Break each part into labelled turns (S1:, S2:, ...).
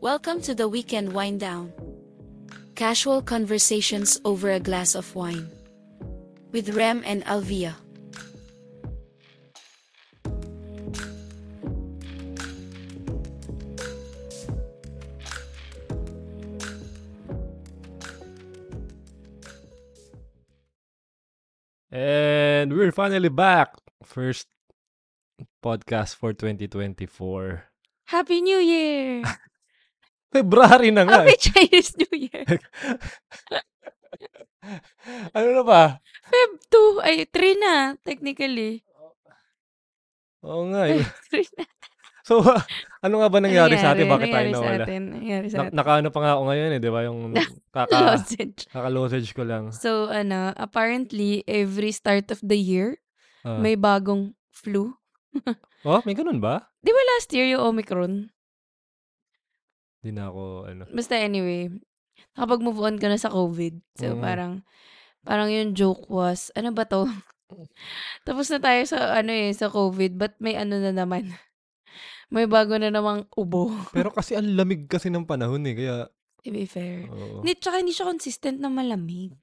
S1: Welcome to the weekend wind down. Casual conversations over a glass of wine. With Rem and Alvia.
S2: And we're finally back. First podcast for 2024.
S3: Happy New Year!
S2: February na nga.
S3: Happy
S2: eh.
S3: Chinese New Year!
S2: ano na ba?
S3: Feb 2, ay 3 na, technically.
S2: Oo nga. eh.
S3: Ay, 3 na.
S2: So, ano nga ba nangyari sa atin? Bakit tayo
S3: nangyari sa
S2: nawala?
S3: atin? Nangyari sa
S2: Na, Ah.
S3: atin.
S2: nakaano pa nga ako ngayon eh, di ba? Yung kaka,
S3: Lozenge.
S2: kaka-losage ko lang.
S3: So, ano, apparently, every start of the year,
S2: Ah.
S3: may bagong flu.
S2: Oh, may ganun ba?
S3: Di ba last year yung Omicron?
S2: Hindi na ako, ano.
S3: Basta anyway, nakapag-move on ka na sa COVID. So,
S2: Mm.
S3: parang, parang yung joke was, ano ba to? Tapos na tayo sa, ano eh, sa COVID, but may ano na naman. May bago na namang ubo.
S2: Pero kasi ang lamig kasi ng panahon eh, kaya...
S3: To be fair.
S2: Oo.
S3: Hindi, tsaka hindi siya consistent na malamig.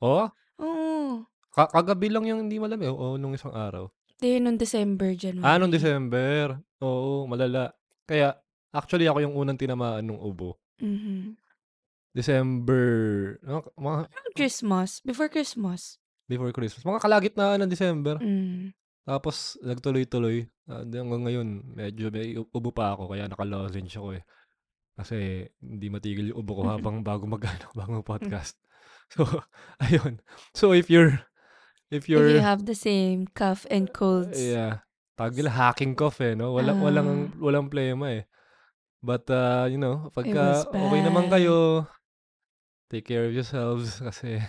S2: Oh,
S3: Oo.
S2: ka- kagabi lang yung hindi malamig. Oo, nung isang araw.
S3: Hindi, nung December, January.
S2: Ah, nung December. Oo, malala. Kaya, actually ako yung unang tinamaan ng ubo.
S3: Mhm.
S2: December, ano, mga,
S3: Parang Christmas. Before Christmas.
S2: before Christmas. Mga kalagitnaan ng December.
S3: Mm.
S2: Tapos, nagtuloy-tuloy. Ah, di- hanggang ngayon, medyo may u- ubo pa ako. Kaya nakalozenge ako eh. Kasi, hindi matigil yung ubo ko habang bago mag, ano, bago podcast. So, ayun. So, if you're, if
S3: If you
S2: you're,
S3: have the same cough and colds.
S2: Yeah. Tawag nila hacking cough eh, no? Wala,
S3: Ah.
S2: Walang, walang plema eh. But, uh, you know,
S3: was
S2: pagka okay naman
S3: bad.
S2: kayo, take care of yourselves kasi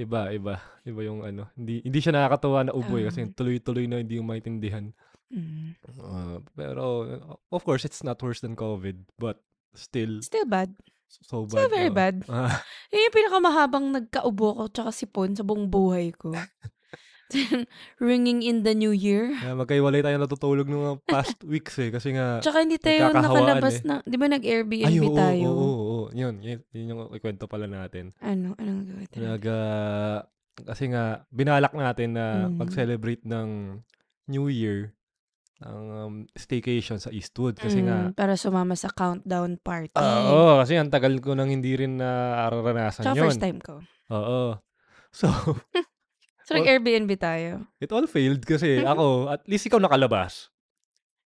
S2: iba, iba. Iba yung ano. Hindi, hindi siya nakakatawa na uboy kasi
S3: Tama.
S2: tuloy-tuloy na hindi yung maintindihan.
S3: Mm.
S2: Uh, pero, uh, of course, it's not worse than COVID but still,
S3: Still bad.
S2: so bad.
S3: Still very
S2: oo.
S3: bad.
S2: Ah,
S3: Yun yung pinakamahabang nagkaubo ko tsaka sipon sa buong buhay ko. Ringing in the new year.
S2: kaya magkaiwalay tayo natutulog nung mga past weeks eh kasi nga,
S3: Tsaka hindi tayo
S2: Nagkakahawaan
S3: nakalabas
S2: eh.
S3: na, di ba nag-Airbnb
S2: ay, oo,
S3: tayo?
S2: oo, oo, oo. Yun, yun, yun yung ikwento pala natin.
S3: Ano, anong gawin?
S2: Nag, ah, kasi nga, binalak natin na
S3: Mm.
S2: mag-celebrate ng New Year ng um, staycation sa Eastwood. Kasi nga,
S3: Mm, para sumama sa countdown party.
S2: ah, oo, kasi ang tagal ko nang hindi rin nararanasan
S3: Tsaka
S2: yun.
S3: first time ko.
S2: Oo. So,
S3: So, nag-Airbnb tayo.
S2: it all failed kasi ako, at least ikaw nakalabas.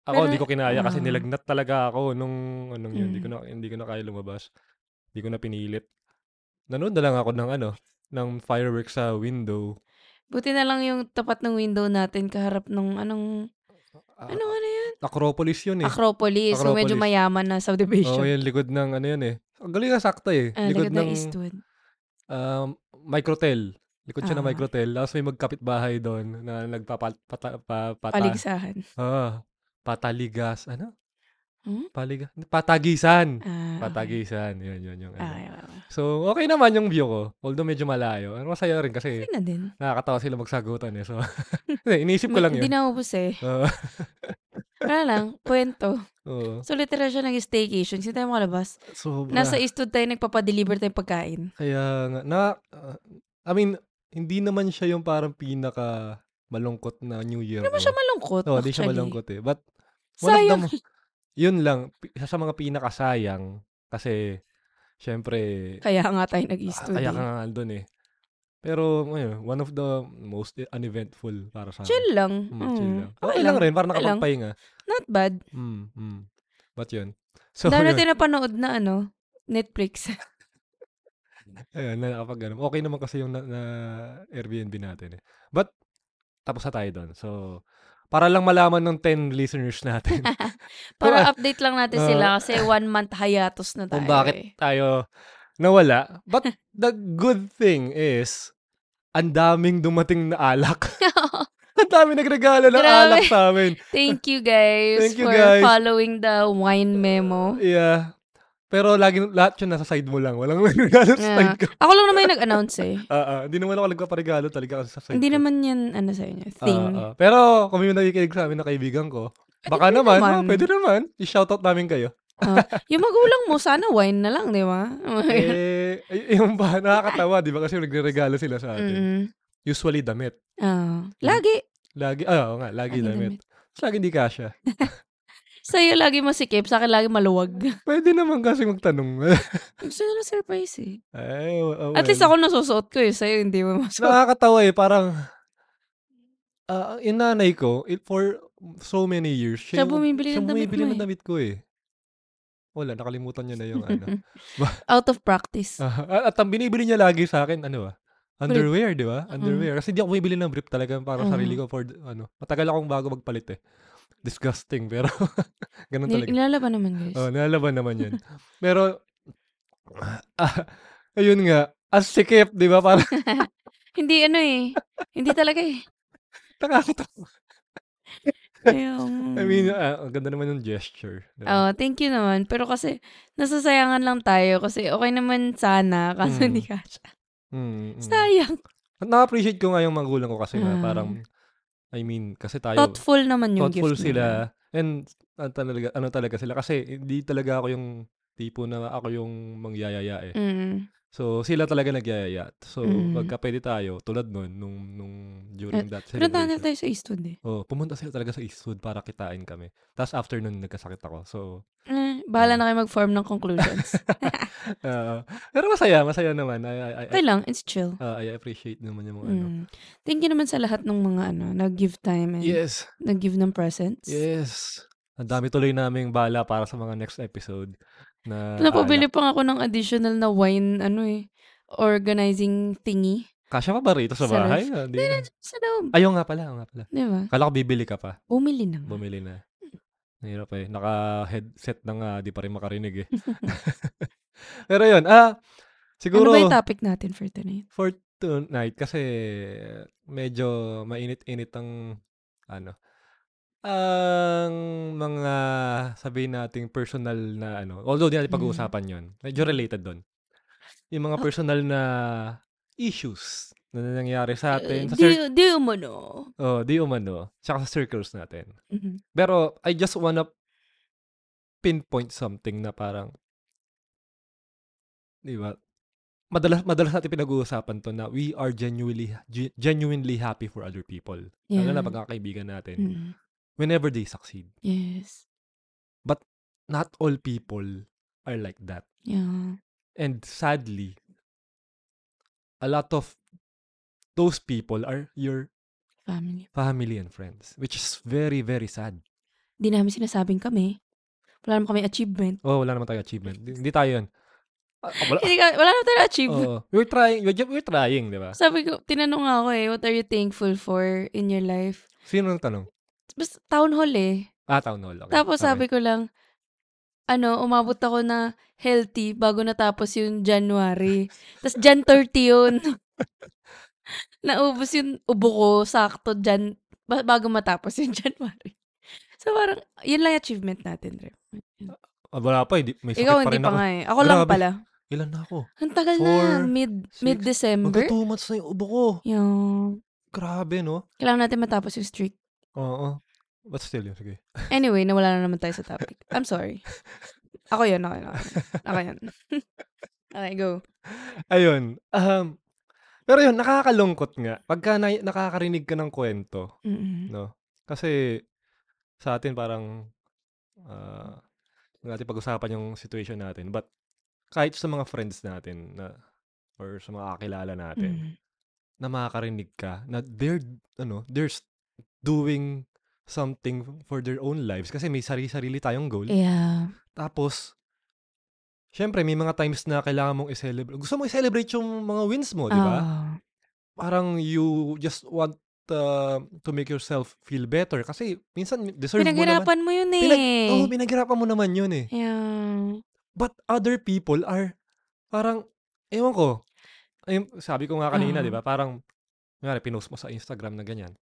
S2: Ako,
S3: Pero-
S2: hindi ko kinaya kasi
S3: ah.
S2: nilagnat talaga ako nung, anong yun, hindi ko,
S3: Mm.
S2: na, hindi ko na kaya lumabas. Hindi ko na pinilit. Nanood na lang ako ng ano, ng fireworks sa window.
S3: Buti na lang yung tapat ng window natin kaharap nung anong,
S2: Ah,
S3: ano, ano yun?
S2: Acropolis yun eh.
S3: Acropolis. So,
S2: Acropolis.
S3: medyo mayaman na
S2: Oo,
S3: subdivision.
S2: yung likod ng ano yun eh. Ang galing na sakta eh.
S3: Ah,
S2: likod,
S3: likod ng
S2: ng
S3: Eastwood.
S2: um, microtel. Likod siya ng
S3: Ah.
S2: microtel. Tapos may magkapitbahay doon na nagpapataligas.
S3: Paligsahan.
S2: Ah, pataligas. Ano?
S3: Hmm?
S2: Paliga. Patagisan.
S3: Ah, okay.
S2: Patagisan. Yun, yun, yung ano.
S3: Ah, okay, okay.
S2: So, okay naman yung view ko. Although medyo malayo. Ano masaya rin kasi
S3: Yun na din.
S2: nakakatawa sila magsagutan eh. So, hindi, iniisip ko lang yun.
S3: Hindi naubos eh.
S2: Ah,
S3: Wala lang, kwento.
S2: Oo.
S3: So, literal siya nag-staycation. Hindi tayo makalabas.
S2: Sobra.
S3: Nasa Eastwood tayo nagpapadeliver tayong pagkain.
S2: Kaya nga, na, ah, I mean, hindi naman siya yung parang pinaka malungkot na New Year.
S3: Hindi naman
S2: ko.
S3: siya malungkot,
S2: Oo, di
S3: actually.
S2: siya malungkot eh. But, one of the
S3: Sayang.
S2: mo- yun lang, pi- isa sa mga pinakasayang, kasi, syempre,
S3: Kaya nga
S2: ah,
S3: tayo nag-Eastwood.
S2: kaya
S3: eh.
S2: ka nga doon eh. Pero, ayun, one of the most uneventful para sa akin.
S3: Chill lang.
S2: Mm, chill
S3: Mm.
S2: lang. Okay lang rin, parang
S3: okay lang.
S2: nakapagpahinga.
S3: Not bad.
S2: Mm, mm. But yun. So,
S3: So, Dahil
S2: yun,
S3: natin napanood na ano, Netflix.
S2: ayun, na nakapag ganun. Okay naman kasi yung na, na Airbnb natin eh. But, tapos na tayo doon. So, para lang malaman ng 10 listeners natin
S3: Para update lang natin
S2: Ah.
S3: sila kasi one month hiatus na tayo.
S2: kung bakit
S3: eh.
S2: tayo nawala. But the good thing is, ang daming dumating na alak. ang dami nagregalo ng
S3: Grabe.
S2: alak sa amin.
S3: Thank you guys
S2: Thank you,
S3: for
S2: guys.
S3: following the wine memo.
S2: Yeah. Pero lagi, lahat yun nasa side mo lang. Walang regalo sa
S3: Yeah.
S2: side ko.
S3: Ako lang naman yung nag-announce eh.
S2: Ah, ah. Hindi naman ako nagpaparegalo talaga kasi sa side
S3: Hindi
S2: ko.
S3: naman yan ano sa inyo,
S2: Ah,
S3: thing.
S2: ah. Pero kung may nakikinig sa amin na kaibigan ko, baka naman,
S3: naman.
S2: oh, pwede naman, i-shoutout namin kayo.
S3: Oh. yung magulang mo, sana wine na lang, di ba?
S2: eh, y- yung ba, nakakatawa, di ba? Kasi nagre-regalo sila sa atin.
S3: Mm-mm.
S2: Usually damit.
S3: Oo. Mm. Ah, Lagi.
S2: Lagi, ah, oo nga, lagi
S3: Lagi
S2: damit. Tapos lagi hindi kasha.
S3: Sa'yo lagi masikip, sa akin lagi maluwag.
S2: Pwede naman kasi magtanong.
S3: Gusto na lang surprise eh.
S2: Ay, w-
S3: At
S2: well.
S3: least ako nasusuot ko eh. Sa'yo hindi mo masuot.
S2: Nakakatawa eh, parang, ah, ang inanay ko, it, for so many years,
S3: Siya
S2: yung-
S3: bumibili
S2: siya
S3: ng damit
S2: bumibili
S3: mo
S2: ng
S3: eh.
S2: damit ko eh. Wala, nakalimutan niya na yung ano.
S3: Out of practice.
S2: Ah, at ang binibili niya lagi sa akin, ano ba? Underwear, di ba? Underwear. Kasi hindi ako bumibili ng brief talaga para sa sarili ko for, the- ano, matagal akong bago magpalit eh. Disgusting, pero ganun
S3: Nil-
S2: talaga.
S3: Nilalaban naman guys.
S2: Oh, nalaban naman yun. pero, ah, ayun nga, as sikip, di ba? Parang
S3: Hindi ano eh. Hindi talaga eh.
S2: nakakatawa.
S3: Ayaw.
S2: I mean, ah, ang ganda naman yung gesture. di ba?
S3: Oh, thank you naman. Pero kasi, nasasayangan lang tayo. Kasi okay naman sana, kaso
S2: Mm.
S3: hindi ka siya.
S2: Mm, mm.
S3: Sayang.
S2: At na-appreciate ko nga yung magulang ko kasi nga
S3: Ah.
S2: parang, I mean, kasi tayo,
S3: Thoughtful naman yung
S2: thoughtful
S3: gift. naman.
S2: sila. And ano talaga, ano talaga sila. Kasi hindi talaga ako yung tipo na ako yung mangyayaya eh.
S3: Mm.
S2: So, sila talaga nagyayaya. So,
S3: Mm. Eh,
S2: pagka pwede tayo, tulad nun, nung, nung during that
S3: Pero
S2: celebration.
S3: nandiyan tayo sa Eastwood eh.
S2: Oh, pumunta sila talaga sa Eastwood para kitain kami. Tapos after nun, nagkasakit ako. So,
S3: Eh,
S2: Mm.
S3: bahala na kayo mag-form ng conclusions.
S2: ah, pero masaya, masaya naman. I, I, I,
S3: okay lang, it's chill.
S2: ah, I appreciate naman yung mga ano.
S3: Mm. Thank you naman sa lahat ng mga ano, nag-give time and
S2: Yes,
S3: nag-give ng presents.
S2: yes. Ang dami tuloy naming bala para sa mga next episode. Na,
S3: Napabili pa ako ng additional na wine, ano eh, organizing thingy.
S2: Kasya pa ba rito sa
S3: Sa
S2: bahay? Ah, Hindi. na.
S3: Sa loob.
S2: Ayun nga pala, ayun nga pala.
S3: Di ba?
S2: Kala ko bibili ka pa.
S3: Bumili na nga. Ano
S2: Bumili na.
S3: Hmm.
S2: Nahirap eh. Naka-headset na nga, di pa rin makarinig eh. Pero yun, ah,
S3: Ano
S2: siguro
S3: ba yung topic natin for tonight?
S2: for tonight, kasi medyo mainit-init ang, ano, ang mga sabihin nating personal na ano, although di natin
S3: Mm. Oh.
S2: pag-uusapan yun, medyo related doon. Yung mga personal na issues na nangyayari sa atin.
S3: Uh,
S2: sa
S3: di,
S2: cir-
S3: di umano.
S2: oh, di umano. Tsaka sa circles natin.
S3: Mhm.
S2: Pero I just wanna pinpoint something na parang, di ba, madalas, madalas natin pinag-uusapan to na we are genuinely, ge- genuinely happy for other people.
S3: Yeah.
S2: Lalo na pagkakaibigan natin.
S3: Mm.
S2: Whenever they succeed.
S3: Yes.
S2: Not all people are like that.
S3: Yeah.
S2: And sadly, a lot of those people are your
S3: Family.
S2: family and friends. Which is very, very sad.
S3: Di namin sinasabing kami. Wala naman kami achievement.
S2: Oh, wala naman tayo achievement. Hindi tayo yun. Ah, wala,
S3: Hindi ka, wala naman tayo achievement.
S2: Oo. We're trying, we're, ju- we're trying, di ba?
S3: Sabi ko, tinanong nga ako eh, what are you thankful for in your life?
S2: Sino ang tanong?
S3: Basta town hall eh.
S2: Ah, town hall. Okay.
S3: Tapos sabi ko lang, ano, umabot ako na healthy bago natapos yung January. Tapos Jan 30 yun. Naubos yung ubo ko, sakto Jan, ba- bago matapos yung January. So parang, yun lang yung achievement natin, Rep.
S2: Ah, wala pa, hindi, may sakit
S3: Ikaw
S2: pa
S3: hindi
S2: rin
S3: pa
S2: ako.
S3: nga eh. Ako lang
S2: Grabe.
S3: pala.
S2: Ilan na ako?
S3: Ang tagal
S2: Four,
S3: na, mid,
S2: six, Magka
S3: mid-December.
S2: two months na yung ubo ko.
S3: Yung,
S2: Grabe, no?
S3: kailangan natin matapos yung streak.
S2: Oo. But still, yun, sige.
S3: Anyway, nawala na naman tayo sa topic. I'm sorry. Ako yun, ako yun. Ako yun. Ako yun. okay, go.
S2: Ayun. Um, pero yun, nakakalungkot nga. Pagka na, nakakarinig ka ng kwento,
S3: Mm-mm.
S2: no? Kasi sa atin parang ah, hindi natin pag-usapan yung situation natin. But kahit sa mga friends natin na, or sa mga kakilala natin,
S3: Mm.
S2: na makakarinig ka na they're ano, they're s- doing something for their own lives kasi may sarili-sarili tayong goal.
S3: Eh. Yeah.
S2: Tapos syempre may mga times na kailangan mong i-celebrate. Gusto mo i-celebrate yung mga wins mo, Oh, di ba?
S3: Ah.
S2: Parang you just want uh, to make yourself feel better kasi minsan deserve mo naman.
S3: Pinaghirapan mo yun eh.
S2: Pinag- oh, pinaghirapan mo naman yun eh.
S3: yeah.
S2: But other people are parang ewan ko. Ay, sabi ko nga kanina,
S3: Ah.
S2: 'di ba? Parang kunyari pinost mo sa Instagram na ganyan.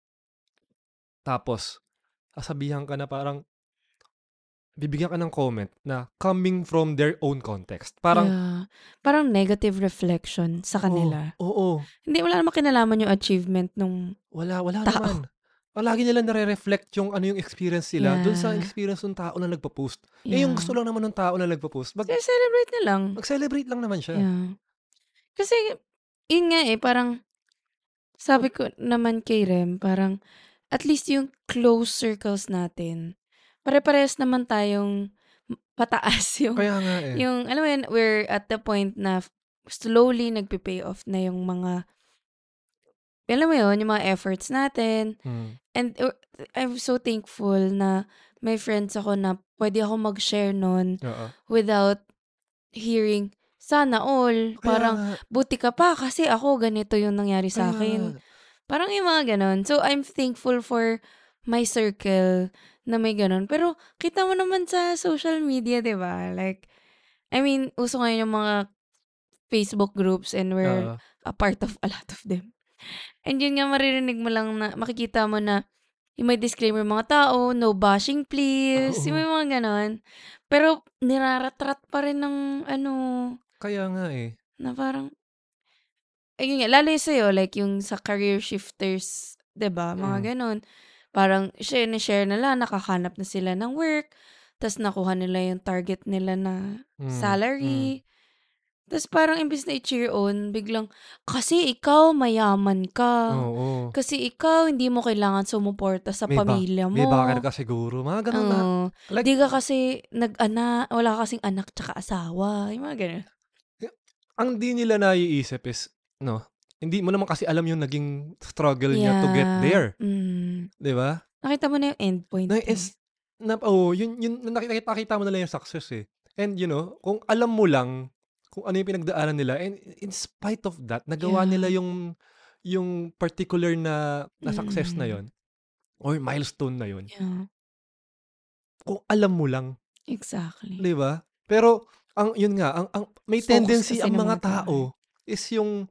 S2: Tapos sasabihan ka na parang bibigyan ka ng comment na coming from their own context. Parang oh,
S3: Yeah. Parang negative reflection sa kanila.
S2: Oo, oo,
S3: Hindi, wala namang kinalaman yung achievement nung...
S2: wala wala
S3: Tao.
S2: naman. Ang lagi nila nare-reflect yung ano yung experience nila doon sa
S3: Yeah.
S2: experience ng tao na nagpa-post. Eh yung gusto lang naman ng tao na nagpa-post, mag-
S3: celebrate na lang.
S2: mag-celebrate lang naman siya.
S3: Yeah. Kasi, yun nga eh, parang, sabi ko naman kay Rem, parang, at least yung close circles natin, pare-parehas naman tayong pataas yung,
S2: Kaya nga eh.
S3: yung, alam mo yun, we're at the point na slowly nagpe-pay off na yung mga, alam mo yun, yung mga efforts natin,
S2: Mm.
S3: And uh, I'm so thankful na may friends ako na pwede ako mag-share nun
S2: Oo.
S3: without hearing, sana all,
S2: Kaya
S3: parang
S2: nga,
S3: buti ka pa kasi ako ganito yung nangyari
S2: kaya
S3: sa akin.
S2: nga.
S3: Parang yung mga ganon. So I'm thankful for my circle na may ganon. Pero kita mo naman sa social media, di ba? Like, I mean, uso ngayon yung mga Facebook groups and
S2: Oo.
S3: we're a part of a lot of them. And yun nga, maririnig mo lang na, makikita mo na, yung may disclaimer mga tao, no bashing please,
S2: Oo.
S3: yung may mga ganon. Pero niraratrat pa rin ng ano,
S2: kaya nga eh.
S3: na parang, ayun nga, lalo yung sa'yo, like yung sa career shifters, 'di ba mga
S2: Mm.
S3: ganon. Parang, share na share nila, nakahanap na sila ng work, tas nakuha nila yung target nila na
S2: Mm, mm.
S3: salary. Tapos parang imbis na i-cheer on, biglang, kasi ikaw mayaman ka.
S2: mm, Oo.
S3: Kasi ikaw hindi mo kailangan sumuporta sa
S2: May ba-
S3: pamilya mo.
S2: May bakit ka siguro. Mga ganun
S3: Oo.
S2: lahat. Like-
S3: Di ka kasi nag-ana, wala ka kasing anak tsaka asawa. Yung mga ganun.
S2: ang di nila naiisip is, no, hindi mo naman kasi alam yung naging struggle niya to get
S3: Yeah.
S2: there.
S3: Mm.
S2: Di ba?
S3: Nakita mo na yung end point.
S2: Na
S3: eh.
S2: is, na, oh, yun, yun, nakita, nakita mo nila yung success eh. And you know, kung alam mo lang, kung ano yung pinagdaanan nila, and in spite of that, nagawa
S3: Yeah.
S2: nila yung, yung particular na, na success na
S3: Mm.
S2: yon or milestone na yon
S3: Yeah.
S2: kung alam mo lang,
S3: Exactly.
S2: Di ba? Pero ang yun nga, ang, ang may
S3: Focus
S2: tendency
S3: kasi
S2: ang
S3: ng
S2: mga
S3: mga tao, eh.
S2: tao is yung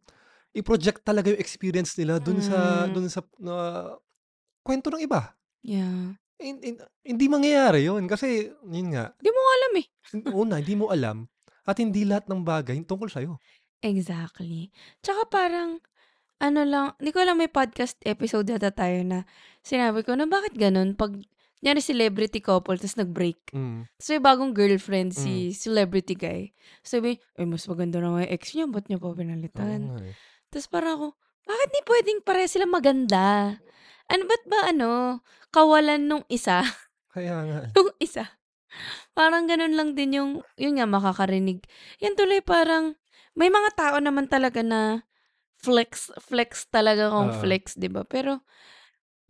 S2: i-project talaga yung experience nila dun sa
S3: Mm.
S2: dun sa na- kwento ng iba.
S3: Yeah.
S2: Hin- hin- hindi mangyayari yun kasi yun nga,
S3: Di mo alam eh.
S2: una hindi mo alam at hindi lahat ng bagay tungkol sa'yo.
S3: Exactly. Tsaka parang, ano lang, hindi ko alam may podcast episode yata tayo na sinabi ko na bakit ganun pag nyari celebrity couple tapos nag-break.
S2: Mm.
S3: Tapos may bagong girlfriend si celebrity guy. Sabi, ay mas maganda na nga yung ex niya, ba't niya pa
S2: Oo
S3: pinalitan?
S2: nga eh.
S3: Tapos parang ako, bakit ni pwedeng pare sila maganda? Ano ba't ba ano, kawalan nung isa?
S2: Kaya nga. eh.
S3: yung isa. Parang ganun lang din yung, yun nga, makakarinig. Yan tuloy parang, may mga tao naman talaga na flex, flex talaga kung
S2: Oo.
S3: flex, di ba? Pero,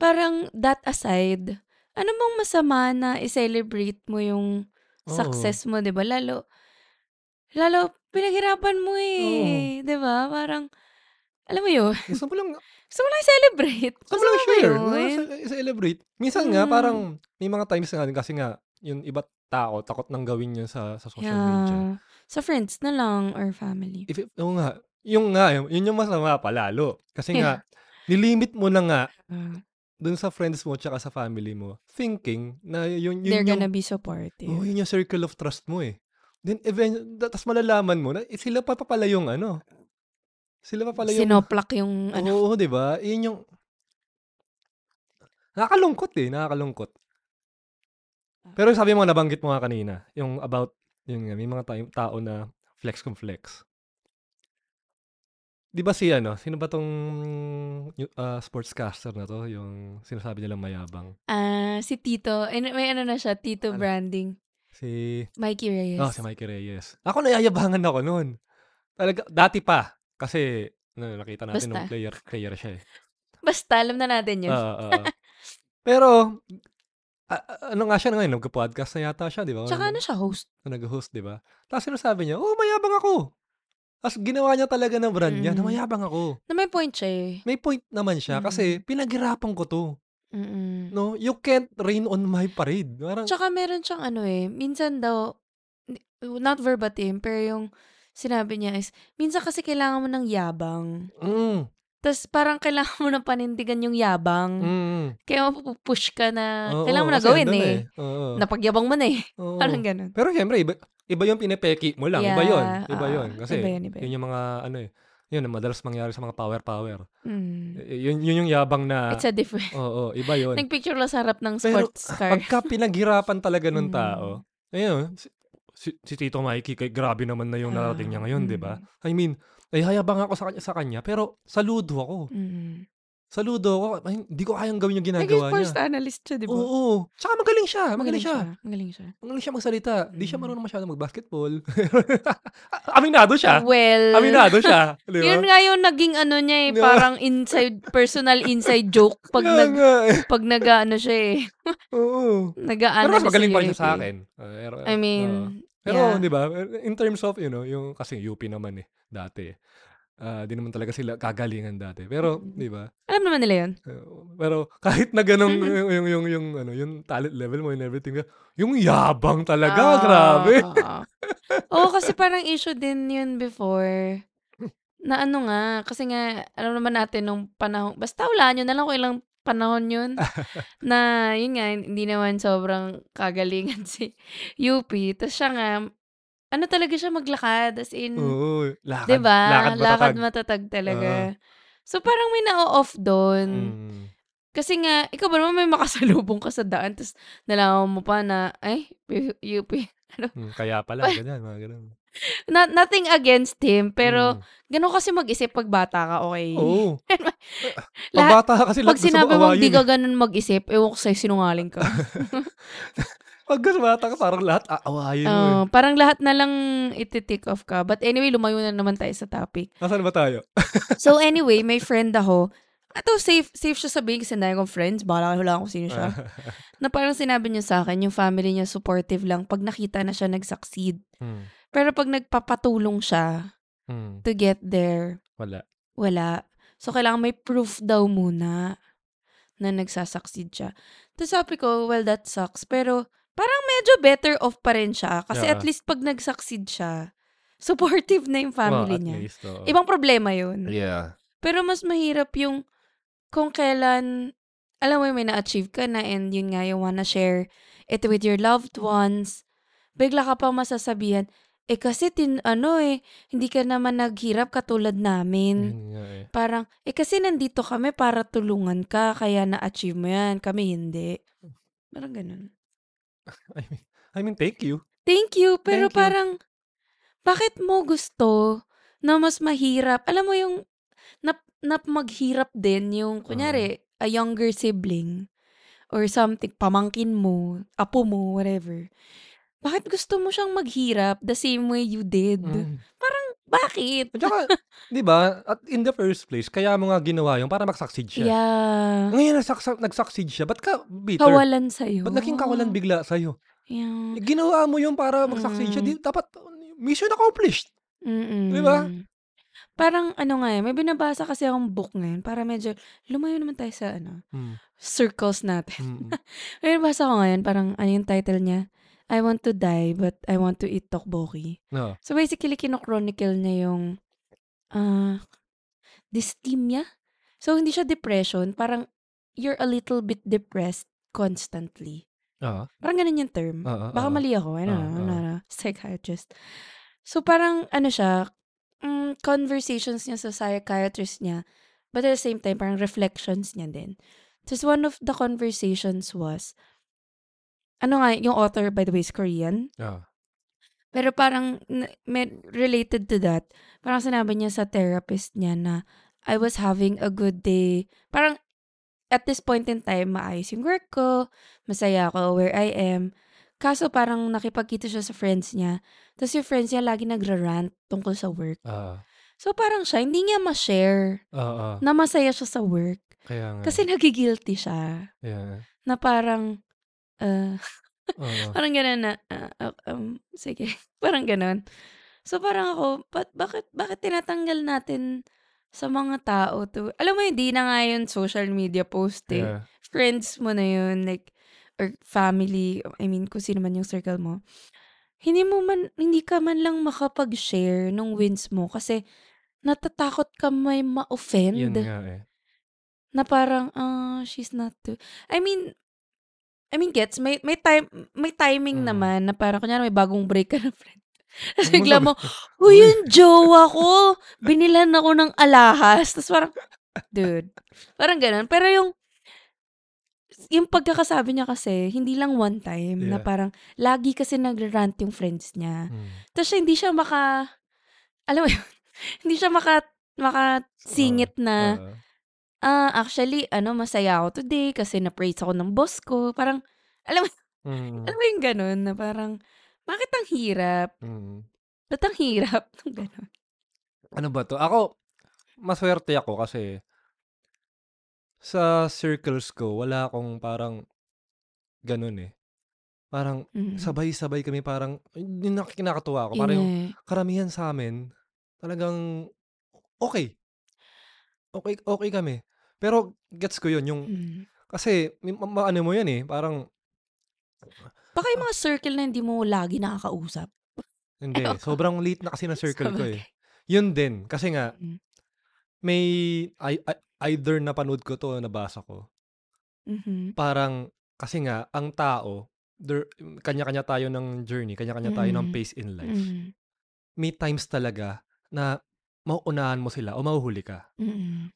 S3: parang that aside, ano bang masama na i-celebrate mo yung
S2: Oo.
S3: success mo, di ba? Lalo, lalo, pinaghirapan mo eh, di ba? Parang, alam mo yun,
S2: Gusto mo lang,
S3: gusto mo lang i-celebrate.
S2: gusto mo lang
S3: Masama ba
S2: share.
S3: yun?
S2: Gusto celebrate. Minsan nga,
S3: Mm.
S2: parang may mga times nga din kasi nga, yung iba tao, takot nang gawin yun sa, sa social media.
S3: Yeah. Sa friends na lang or family.
S2: if, oo nga, yung nga, yun yun yung masama pa lalo. Kasi nga, nilimit mo na nga
S3: Ah.
S2: dun sa friends mo tsaka sa family mo, thinking na yun, yun,
S3: they're
S2: yung,
S3: gonna be supportive.
S2: oh, yun yung circle of trust mo eh. Then, even, tas malalaman mo na eh, sila pa pa pala yung ano, sila pa pala yung,
S3: Sinoplak yung ano.
S2: oo, di ba? Yun yung, nakakalungkot eh, nakakalungkot. Pero sabi mo, nabanggit mo nga kanina, yung about, yun nga, may mga tayo, tao na flex kung flex. Di ba si ano, sino ba tong y- ah, sportscaster na to, yung sinasabi nilang mayabang?
S3: Ah, si Tito. Ay, May ano na siya,
S2: Oh.
S3: Tito
S2: Ano?
S3: Branding.
S2: Si,
S3: Mikey Reyes.
S2: oh, si Mikey Reyes. Ako nayayabangan ako noon. Talaga, dati pa. Kasi, ano, nakita natin nung
S3: Basta.
S2: player, player siya eh.
S3: Basta, alam na natin yun.
S2: Oo, oo, oo. Pero, a- a- ano nga siya na ngayon, nagka-podcast na yata siya, di ba?
S3: Tsaka ano siya, host.
S2: na nag-host, di ba? Tapos sinasabi niya, oh, mayabang ako. Tapos ginawa niya talaga ng brand niya na
S3: Mm.
S2: mayabang ako.
S3: Na may point siya eh.
S2: May point naman siya kasi
S3: Mm-hmm.
S2: pinaghirapan ko to.
S3: Mm-mm.
S2: No, you can't rain on my parade. Parang,
S3: Tsaka meron siyang ano eh, minsan daw, not verbatim, pero yung sinabi niya is, minsan kasi kailangan mo ng yabang.
S2: mm,
S3: Tapos parang kailangan mo na panindigan yung yabang.
S2: mm,
S3: Kaya mapupush ka na,
S2: oo,
S3: Ah, kailangan mo na
S2: kasi
S3: gawin
S2: andun
S3: eh.
S2: Oo,
S3: Napagyabang mo na eh.
S2: oo.
S3: Parang ganun.
S2: Pero syempre, iba, iba yung pinepeki mo lang. Iba
S3: Yeah,
S2: yon Iba
S3: oo.
S2: yon Kasi,
S3: Iba yun, iba yun.
S2: yun yung mga, ano eh, Yun, ang madalas mangyari sa mga power-power.
S3: Mm.
S2: Y- Yun, yun yung yabang na,
S3: It's a different.
S2: oo, iba yun.
S3: Nagpicture lang sa harap ng
S2: Pero,
S3: sports car.
S2: pagka pinaghirapan talaga ng
S3: Mm.
S2: tao, ayun, si, si, si Tito Mikey, kay, grabe naman na yung
S3: Ah,
S2: narating niya ngayon, di ba?
S3: mm.
S2: I mean, ay hayabang ako sa kanya, sa kanya, pero saludo ako.
S3: Mm.
S2: Saludo ako. Ay, hindi ko kayang gawin yung ginagawa niya.
S3: Nag-sports analyst siya, di ba?
S2: Oo, oo. Tsaka magaling siya. Magaling, siya.
S3: Magaling siya.
S2: Magaling siya magsalita. Di siya
S3: Mm.
S2: marunong masyado mag-basketball. Aminado siya.
S3: Well,
S2: Aminado siya. Di ba?
S3: yun nga yung naging ano niya eh,
S2: Di ba?
S3: parang inside, personal inside joke pag
S2: Kaya
S3: nag,
S2: nga eh.
S3: pag nag-ano siya eh,
S2: Oo.
S3: nag-ano
S2: Pero mas magaling pa rin siya sa akin. Ah, pero,
S3: Ano eh. I
S2: oo.
S3: mean,
S2: pero
S3: yeah.
S2: di ba, in terms of, you know, yung, kasi UP naman eh, dati. eh. Ah, di naman talaga sila kagalingan dati. Pero,
S3: Mm.
S2: di ba,
S3: alam naman nila yun.
S2: Uh, pero kahit na ganong
S3: Mhm.
S2: yung, yung, yung, yung, ano, yung talent level mo and everything, yung yabang talaga,
S3: Oo,
S2: grabe.
S3: Ah, oo. Oo, kasi parang issue din yun before. Na ano nga, kasi nga, alam naman natin nung panahon, basta hulaan nyo na lang kung ilang panahon yun. na, yun nga, hindi naman sobrang kagalingan si UP. Tapos siya nga, ano talaga siya maglakad, as in,
S2: Oo, lakad,
S3: Mm. 'di ba?
S2: lakad matatag.
S3: matatag
S2: Oo.
S3: talaga. So parang may na-off doon.
S2: Mm.
S3: Kasi nga, ikaw ba naman may makasalubong ka sa daan, tapos nalaman mo pa na, ay, U- UP.
S2: Mm, Kaya pala,
S3: Pa-
S2: ganyan, mga ganun.
S3: Not, nothing against him, pero
S2: Mm.
S3: ganun kasi mag-isip pag bata ka, okay?
S2: oo. Pag
S3: Lahat-
S2: bata ka kasi,
S3: Pag
S2: lahat gusto
S3: sinabi
S2: mo
S3: mong
S2: awayin
S3: di
S2: eh.
S3: ka ganun mag-isip, ewan ko sa'yo, sinungaling ka.
S2: Pag gusto bata ka, parang lahat aawayin mo eh.
S3: Oo, parang lahat na lang iti-tick off ka. But anyway, lumayo na naman tayo sa topic.
S2: Nasaan ba tayo?
S3: So anyway, may friend ako. Ato, safe, safe siya sabihin kasi na akong friends. Bahala ka, hulaan ko sino siya. na parang sinabi niya sa akin, yung family niya supportive lang pag nakita na siya nag-succeed.
S2: mm.
S3: Pero pag nagpapatulong siya
S2: Mm.
S3: to get there,
S2: Wala.
S3: wala. So, kailangan may proof daw muna na nagsasucceed siya. Tapos sabi ko, well, that sucks. Pero, parang medyo better off pa rin siya. Kasi
S2: Yeah.
S3: at least pag nagsucceed siya, supportive na yung family
S2: Well, at
S3: niya.
S2: least, oo.
S3: Ibang problema yun.
S2: Yeah.
S3: Pero mas mahirap yung kung kailan, alam mo yun, may na-achieve ka na and yun nga, you wanna share it with your loved ones. Bigla ka pa masasabihan, eh kasi tin, ano eh, hindi ka naman naghirap katulad namin.
S2: Yun nga eh.
S3: Parang, eh kasi nandito kami para tulungan ka, kaya na-achieve mo yan, kami hindi. Parang ganun.
S2: I mean, I mean, thank you.
S3: Thank you, pero
S2: Thank you.
S3: parang, bakit mo gusto na mas mahirap? Alam mo yung, nap, nap maghirap din yung, kunyari,
S2: Ah.
S3: a younger sibling or something, pamangkin mo, apo mo, whatever. Bakit gusto mo siyang maghirap the same way you did?
S2: Mm.
S3: Bakit?
S2: At saka, di ba, at in the first place, kaya mo nga ginawa yun para mag-succeed siya.
S3: Yeah.
S2: Ngayon, nasaksa- nag-succeed siya. Ba't ka bitter?
S3: Kawalan sa'yo.
S2: Ba't naging kawalan bigla sa'yo?
S3: Yeah.
S2: Eh, Ginawa mo yun para mag-succeed siya. Di,
S3: Mm.
S2: dapat, uh, mission accomplished.
S3: Mm-mm.
S2: Di ba?
S3: Mm. Parang ano nga eh, may binabasa kasi akong book ngayon para medyo lumayo naman tayo sa ano,
S2: Mm,
S3: circles natin.
S2: mm, mm.
S3: May binabasa ko ngayon, parang ano yung title niya? I want to die but I want to eat tteokbokki.
S2: Oo.
S3: So basically kino-chronicle niya yung ah dysthymia. So hindi siya depression, parang you're a little bit depressed constantly.
S2: Oo.
S3: Parang ganun yung term.
S2: Oo,
S3: Baka
S2: oo.
S3: mali ako. I don't
S2: Ah,
S3: know.
S2: ah.
S3: I'm not a psychiatrist. So, parang, ano siya, mm, conversations niya sa psychiatrist niya, but at the same time, parang reflections niya din. Tapos, one of the conversations was, ano nga, yung author, by the way, is Korean.
S2: Oo.
S3: Pero parang, n- may- related to that, parang sinabi niya sa therapist niya na, I was having a good day. Parang, at this point in time, maayos yung work ko, masaya ako where I am. Kaso parang nakipagkita siya sa friends niya. Tapos yung friends niya lagi nagra-rant tungkol sa work.
S2: Oo.
S3: So parang siya, hindi niya ma-share
S2: Oo.
S3: na masaya siya sa work.
S2: ah, Kaya nga.
S3: Kasi nagigilty siya.
S2: Yeah.
S3: Na parang, uh,
S2: Oo.
S3: parang ganun na, ah, ah, um, sige, parang ganun. So parang ako, ba't, bakit, bakit tinatanggal natin sa mga tao to? Alam mo, hindi na nga yun social media post eh.
S2: Yeah.
S3: friends mo na yun, like, or family, I mean, kung sino man yung circle mo, hindi mo man, hindi ka man lang makapag-share ng wins mo kasi natatakot ka may
S2: Yun
S3: ma-offend
S2: nga eh.
S3: na parang, ah, she's not too, I mean, I mean, gets, may, may time, may
S2: Mm.
S3: timing naman na parang, kunyari, may bagong break ka na friend. Tapos bigla mo, huy, yung jowa ko, binilan ako ng alahas. Tapos parang, dude, parang ganun. Pero yung, yung pagkakasabi niya kasi, hindi lang one time, na
S2: Yeah.
S3: parang, lagi kasi nag-rant yung friends niya.
S2: Mm.
S3: Tapos siya, hindi siya maka, alam mo yun, hindi siya maka, makasingit na,
S2: Ah,
S3: ah, actually, ano, masaya ako today kasi na-praise ako ng boss ko. Parang,
S2: mm,
S3: alam mo yung ganun, na parang, bakit ang hirap?
S2: mm.
S3: Ba't ang hirap? Ganun.
S2: Ano ba to? Ako, maswerte ako kasi sa circles ko, wala akong parang ganun eh. Parang
S3: Mm.
S2: sabay-sabay kami parang yun ang kinakatuwa ko.
S3: Yun
S2: Parang
S3: nga eh.
S2: karamihan sa amin, talagang okay. Okay, okay kami. Pero gets ko yun, yung
S3: Mm.
S2: kasi may- ma- ma- ano mo yan eh, parang
S3: Baka yung mga circle na hindi mo lagi nakakausap.
S2: hindi,
S3: Ewan ko.
S2: sobrang late na kasi ng circle ko
S3: Sabagay.
S2: eh. Yun din, kasi nga
S3: Mm.
S2: may I, I, either napanood ko to o nabasa ko.
S3: Mhm.
S2: Parang kasi nga ang tao, there- kanya-kanya tayo ng journey, kanya-kanya tayo ng
S3: Mm.
S2: pace in life.
S3: Mm.
S2: May times talaga na mauunahan mo sila o mahuhuli ka.
S3: Mm.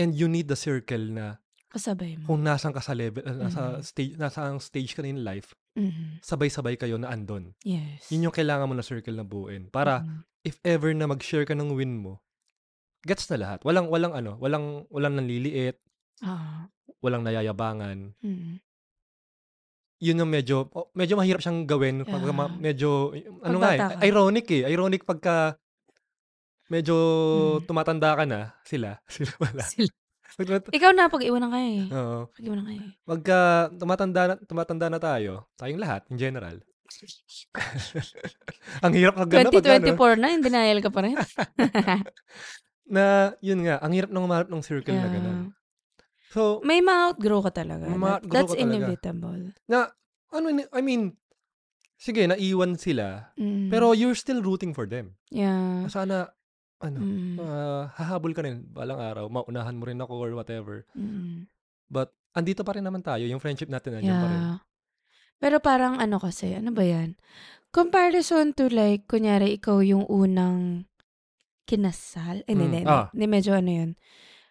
S2: And you need the circle na
S3: Kasabay mo.
S2: kung nasan ka sa level, uh, nasa
S3: Mm.
S2: stage, nasa ang stage ka na in life,
S3: Mhm.
S2: sabay-sabay kayo na andon.
S3: Yes.
S2: Yun yung kailangan mo na circle na buuin. Para
S3: Mhm.
S2: if ever na mag-share ka ng win mo, gets na lahat. Walang, walang ano, walang, walang nanliliit,
S3: Ah.
S2: walang nayayabangan.
S3: Mm.
S2: Yun yung medyo, oh, medyo mahirap siyang gawin. Pag,
S3: Yeah.
S2: medyo, ano nga eh,
S3: Pagbata ka.
S2: ironic eh. Ironic pagka medyo
S3: Mm.
S2: tumatanda ka na, sila, sila wala.
S3: Sila. Ikaw na, pag-iwanan ka eh.
S2: Oo.
S3: Pag-iwanan ka eh.
S2: Pagka tumatanda na, tumatanda na tayo, tayong lahat, in general. ang hirap pag ano, pag ano,
S3: 2024 na, in denial ka pa rin.
S2: na, yun nga, ang hirap ng umarap ng circle na ganun.
S3: Yeah.
S2: So,
S3: May ma-outgrow ka talaga.
S2: May ma-outgrow
S3: That's
S2: ka talaga.
S3: inevitable.
S2: na, ano, ni- I mean, sige, naiwan sila,
S3: Mm.
S2: pero you're still rooting for them.
S3: yeah.
S2: Sana, ano,
S3: Mm.
S2: ah, hahabol ka rin balang araw, maunahan mo rin ako or whatever.
S3: Mm.
S2: But, andito pa rin naman tayo, yung friendship natin nandiyan pa rin.
S3: Yeah. Pero parang ano kasi, ano ba yan? Comparison to like, kunyari ikaw yung unang kinasal. Eh,
S2: Mm,
S3: hindi, hindi,
S2: ah.
S3: hindi. medyo ano yun.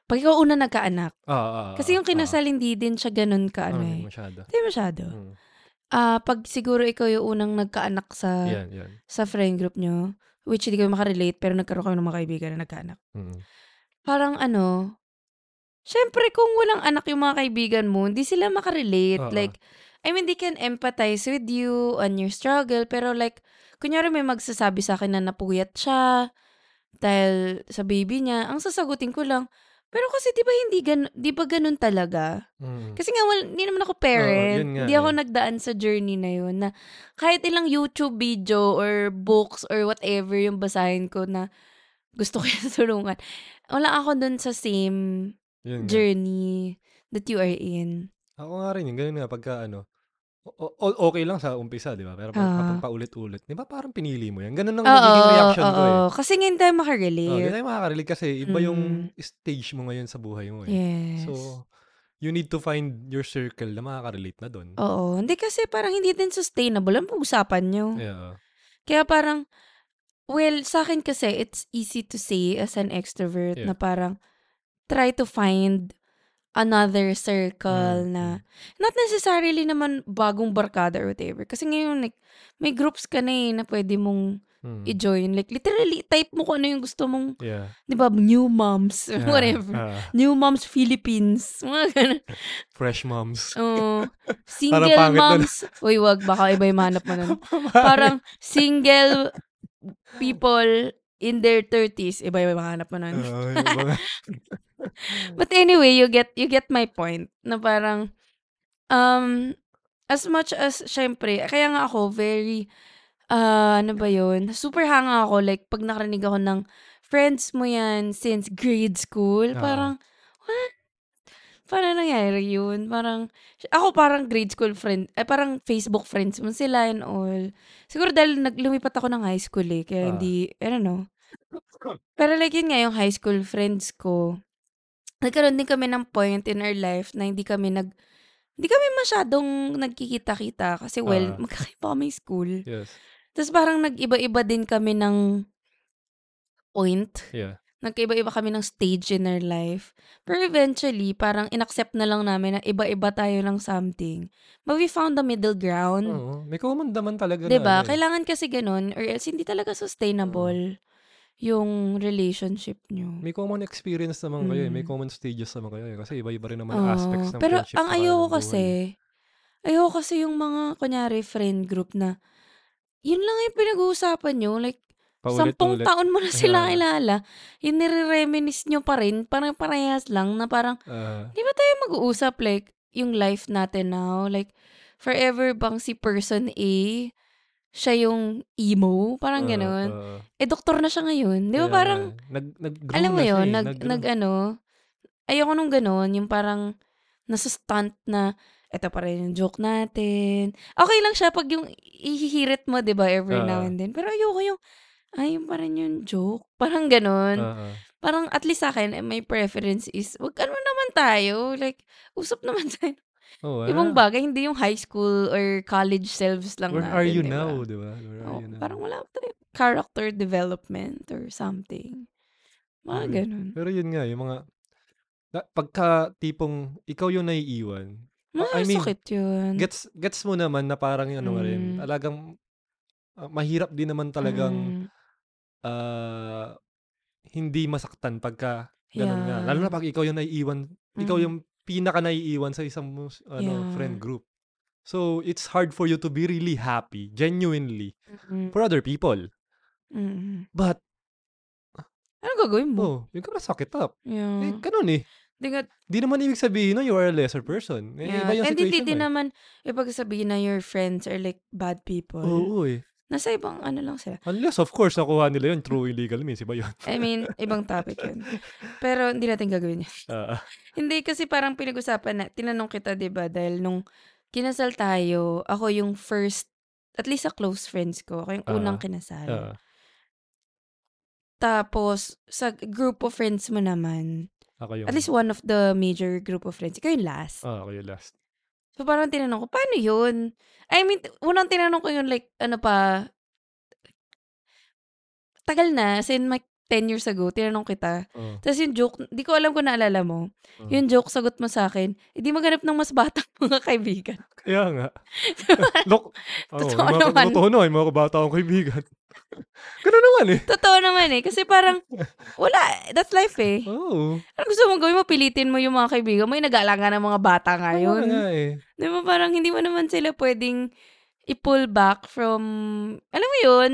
S3: Pag ikaw una nagkaanak.
S2: Ah, ah, ah,
S3: Kasi yung
S2: ah,
S3: kinasal, hindi din siya
S2: ah,
S3: ganun ka
S2: ano,
S3: ano eh.
S2: masyado.
S3: Hindi masyado.
S2: Mm,
S3: Ah, pag siguro ikaw yung unang nagkaanak sa
S2: yan, yan.
S3: sa friend group nyo, which hindi kayo makarelate, pero nagkaroon kayo ng mga kaibigan na nagkaanak.
S2: Mm.
S3: Parang ano, syempre kung walang anak yung mga kaibigan mo, hindi sila
S2: Oo.
S3: makarelate. Like, I mean, they can empathize with you on your struggle, pero like, kunyari may magsasabi sa akin na napuyat siya dahil sa baby niya, ang sasagutin ko lang, pero kasi di ba hindi gan- di ba ganun talaga?
S2: Mm.
S3: Kasi nga, wal, hindi naman ako parent.
S2: yun nga
S3: hindi ako
S2: eh.
S3: nagdaan sa journey na yun na kahit ilang YouTube video or books or whatever yung basahin ko na gusto ko yung tulungan. Wala ako dun sa same
S2: Yun nga.
S3: journey that you are in.
S2: Ako nga rin, yung ganun nga, pagka ano, o- o- okay lang sa umpisa, di ba? Pero pag,
S3: Ah.
S2: kapag paulit-ulit, di ba parang pinili mo yan? Ganun ang
S3: Oo,
S2: magiging reaction ko eh.
S3: oo. Kasi nga hindi tayo
S2: Oh, hindi
S3: makarelate.
S2: tayo makakarelate kasi iba yung
S3: Mm.
S2: stage mo ngayon sa buhay mo eh.
S3: yes.
S2: So, you need to find your circle na makakarelate na doon.
S3: oo. Hindi kasi parang hindi din sustainable ang pag-usapan nyo.
S2: Yeah.
S3: Kaya parang, well, sa akin kasi, it's easy to say as an extrovert
S2: Yeah.
S3: na parang try to find another circle
S2: Mm,
S3: na not necessarily naman bagong barkada or whatever. Kasi ngayon, like, may groups ka na eh na pwede mong
S2: Mm.
S3: i-join. Like, literally, type mo kung ano yung gusto mong,
S2: Yeah.
S3: di ba, new moms,
S2: Yeah.
S3: whatever.
S2: Ah,
S3: New moms Philippines. Mga ganun.
S2: fresh moms.
S3: Oo.
S2: Parang
S3: single
S2: pangit nun.
S3: moms. Uy, wag. Baka iba yung manap mo nun. Oh, Parang single people in their 30s. Iba yung hanap mo nun.
S2: Oo, yung mga-
S3: But anyway, you get you get my point na parang um as much as syempre, kaya nga ako very ah ano ba 'yun? Super hanga ako like pag nakarinig ako ng friends mo yan since grade school,
S2: Oo.
S3: parang what? Paano nangyari yun? Parang, ako parang grade school friend, eh, parang Facebook friends mo sila and all. Siguro dahil naglumipat ako ng high school eh, kaya
S2: Ah.
S3: hindi, I don't know. Pero like yun nga, yung high school friends ko, nagkaroon din kami ng point in our life na hindi kami nag, hindi kami masyadong nagkikita-kita kasi well,
S2: Ah.
S3: magkakaiba kami school.
S2: yes.
S3: Tapos parang nag-iba-iba din kami ng point.
S2: Yeah.
S3: Nagkaiba-iba kami ng stage in our life. Pero eventually, parang inaccept na lang namin na iba-iba tayo ng something. But we found the middle ground.
S2: Oo, may common naman talaga na. Oh,
S3: 'Di ba?
S2: ano eh. Mm.
S3: Kailangan kasi ganun or else hindi talaga sustainable yung relationship nyo.
S2: May common experience naman kayo eh. May
S3: Mm.
S2: common stages naman kayo eh. Kasi iba-iba rin naman
S3: Oo.
S2: ang aspects ng
S3: Pero
S2: friendship.
S3: ang
S2: sa
S3: ayoko
S2: kanilang buhay.
S3: kasi, ayoko kasi yung mga, kunyari, friend group na, yun lang yung pinag-uusapan nyo. Like, sampung
S2: eh. Paulit-ulit.
S3: taon mo na sila
S2: Ayan.
S3: kilala. Yung nire-reminis nyo pa rin, parang parehas lang na parang,
S2: Ah,
S3: Di ba tayo mag-uusap like yung life natin now? Like forever bang si person A siya yung emo?
S2: ah,
S3: Parang ganun.
S2: ah.
S3: eh doktor na siya ngayon. Di ba
S2: Kaya
S3: parang
S2: nga, eh. nag, nag-grow
S3: alam
S2: na
S3: mo
S2: siya eh.
S3: yun, nag,
S2: Nag-grow.
S3: nag ano, ayoko nung ganun, yung parang nasa stunt na eto pa rin yung joke natin. Okay lang siya pag yung ihihirit mo, di ba, every
S2: Ah.
S3: now and then. Pero ayoko yung, ay, yung pa rin yung joke. Parang ganun
S2: Ah, ah.
S3: parang at least sa akin, eh, my preference is, wag ano naman tayo. Like, usap naman tayo.
S2: Oo, ah.
S3: Ibang bagay, hindi yung high school or college selves lang
S2: Where
S3: natin.
S2: are you
S3: di ba?
S2: now, di ba? Where are
S3: Oo,
S2: you now?
S3: parang wala pa tayong character development or something. Mga
S2: Mm.
S3: ganun.
S2: Pero yun nga, yung mga, na- pagka tipong, ikaw yung naiiwan, Oh,
S3: Mga
S2: I mean,
S3: sakit yun.
S2: gets, gets mo naman na parang yung ano nga rin,
S3: Mm.
S2: talagang, ah, mahirap din naman talagang,
S3: Mm.
S2: ah, hindi masaktan pagka, ganun nga. Lalo na
S3: Yeah.
S2: pag ikaw yung naiiwan, ikaw
S3: Mm.
S2: yung pinaka naiiwan sa isang, mus- ano,
S3: Yeah.
S2: friend group. So, it's hard for you to be really happy, genuinely,
S3: Mm.
S2: for other people.
S3: Mm.
S2: But,
S3: Ano gagawin mo?
S2: oh, yung ka suck it up. Eh,
S3: Yeah.
S2: ganun eh.
S3: Di nga
S2: Di naman ibig sabihin no, you are a lesser person. Eh,
S3: Yeah.
S2: iba yung
S3: And hindi
S2: situation
S3: din
S2: mo eh.
S3: naman ipagsabihin na your friends are like bad people.
S2: Oo eh.
S3: Nasa ibang ano lang sila.
S2: Unless, of course, nakuha nila yun through illegal means. Iba yun.
S3: I mean, ibang topic yun. Pero hindi natin gagawin yun.
S2: Ah, ah.
S3: hindi kasi parang pinag-usapan na, tinanong kita, di ba, dahil nung kinasal tayo, ako yung first, at least sa close friends ko, ako yung
S2: Ah,
S3: unang kinasal.
S2: ah,
S3: Tapos, sa group of friends mo naman,
S2: ako yung...
S3: at least one of the major group of friends, ikaw yung last.
S2: Ah, ako yung last.
S3: So parang tinanong ko, paano yun? I mean, unang tinanong ko yun, like, ano pa, tagal na, since like 10 years ago, tinanong kita,
S2: Oh.
S3: Tapos yung joke, di ko alam kung naalala mo,
S2: Oh.
S3: yung joke sagot mo sa akin, hindi maghanap ng mas batang mga kaibigan.
S2: Kaya nga. Look, oh,
S3: Totoo
S2: may mga
S3: naman.
S2: Totoo naman. Mga kabata akong kaibigan. Ganun naman eh.
S3: Totoo naman eh. Kasi parang, wala, that's life eh.
S2: Oo.
S3: Ano gusto mong gawin, mapilitin mo yung mga kaibigan mo, yung nag-aalangan ng mga bata
S2: Ayun.
S3: ngayon.
S2: nga eh.
S3: Di ba parang hindi mo naman sila pwedeng i-pull back from, alam mo yun,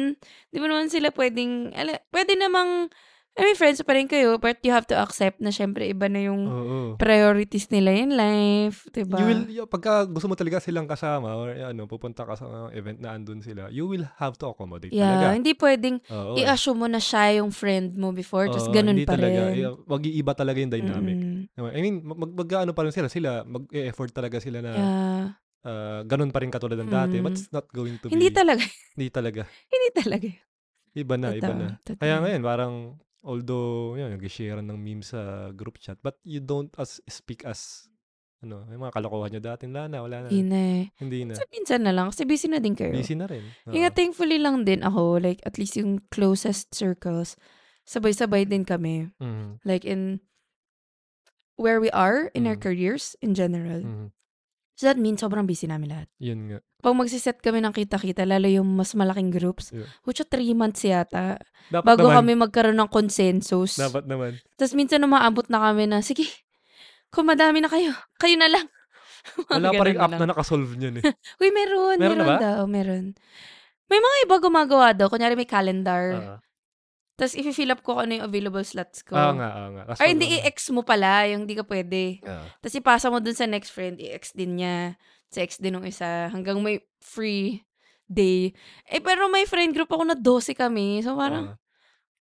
S3: di mo naman sila pwedeng, ala, pwede namang, I mean, friends pa rin kayo, but you have to accept na syempre iba na yung
S2: Oo.
S3: priorities nila in life, Mm. di ba?
S2: Oh. You will, y- pagka gusto mo talaga silang kasama or ano, pupunta ka sa mga event na andun sila, you will have to accommodate talaga.
S3: Yeah, hindi pwedeng
S2: Oo. eh.
S3: i-assume mo na siya yung friend mo before, tapos
S2: Oo,
S3: ganun
S2: hindi
S3: pa
S2: talaga.
S3: rin.
S2: Eh, Mag-iiba talaga yung dynamic.
S3: Mm-mm.
S2: I mean, mag, mag, mag-ano pa rin sila. Sila, mag-effort talaga sila na
S3: Yeah.
S2: ah, ganun pa rin katulad ng dati. But
S3: Mm.
S2: it's not going to
S3: Hindi
S2: be.
S3: talaga.
S2: Hindi talaga.
S3: Hindi talaga.
S2: Iba na, iba
S3: Totoo,
S2: na.
S3: totoo.
S2: Kaya eh, ngayon, parang, although, yun, nag-share ng memes sa group chat, but you don't as speak as, ano, yung mga kalokohan nyo dati, wala na, wala na.
S3: Hindi na eh.
S2: Hindi na.
S3: Kasi minsan na lang, kasi busy na din kayo.
S2: Busy na rin. Oo.
S3: Yung nga, thankfully lang din ako, like, at least yung closest circles, sabay-sabay din kami.
S2: Mhm,
S3: Like, in where we are in our
S2: Mm.
S3: careers in general.
S2: mhm.
S3: So that means sobrang busy namin lahat.
S2: Yun nga.
S3: Pag magsiset kami ng kita-kita, lalo yung mas malaking groups,
S2: Yeah.
S3: which are three months yata,
S2: Dapat
S3: bago
S2: naman.
S3: kami magkaroon ng consensus.
S2: Dapat naman.
S3: Tapos minsan umaabot na kami na, sige, kung madami na kayo, kayo na lang. Mga
S2: Wala pa rin
S3: ganun
S2: app
S3: lang.
S2: na nakasolve nyo eh.
S3: Uy, meron,
S2: Meron
S3: meron,
S2: na ba?
S3: daw, meron. May mga iba gumagawa daw. Kunyari may calendar.
S2: Ah,
S3: Tapos i-fill up ko kung ano yung available slots ko.
S2: ah nga, ah nga. Tas
S3: Or
S2: pag
S3: hindi,
S2: ano-
S3: i-ex mo pala yung hindi ka pwede.
S2: Ah.
S3: Tapos ipasa mo dun sa next friend, i-ex din niya. Sa ex din ng isa. Hanggang may free day. Eh, pero may friend group ako na 12 kami. So parang,
S2: Ah.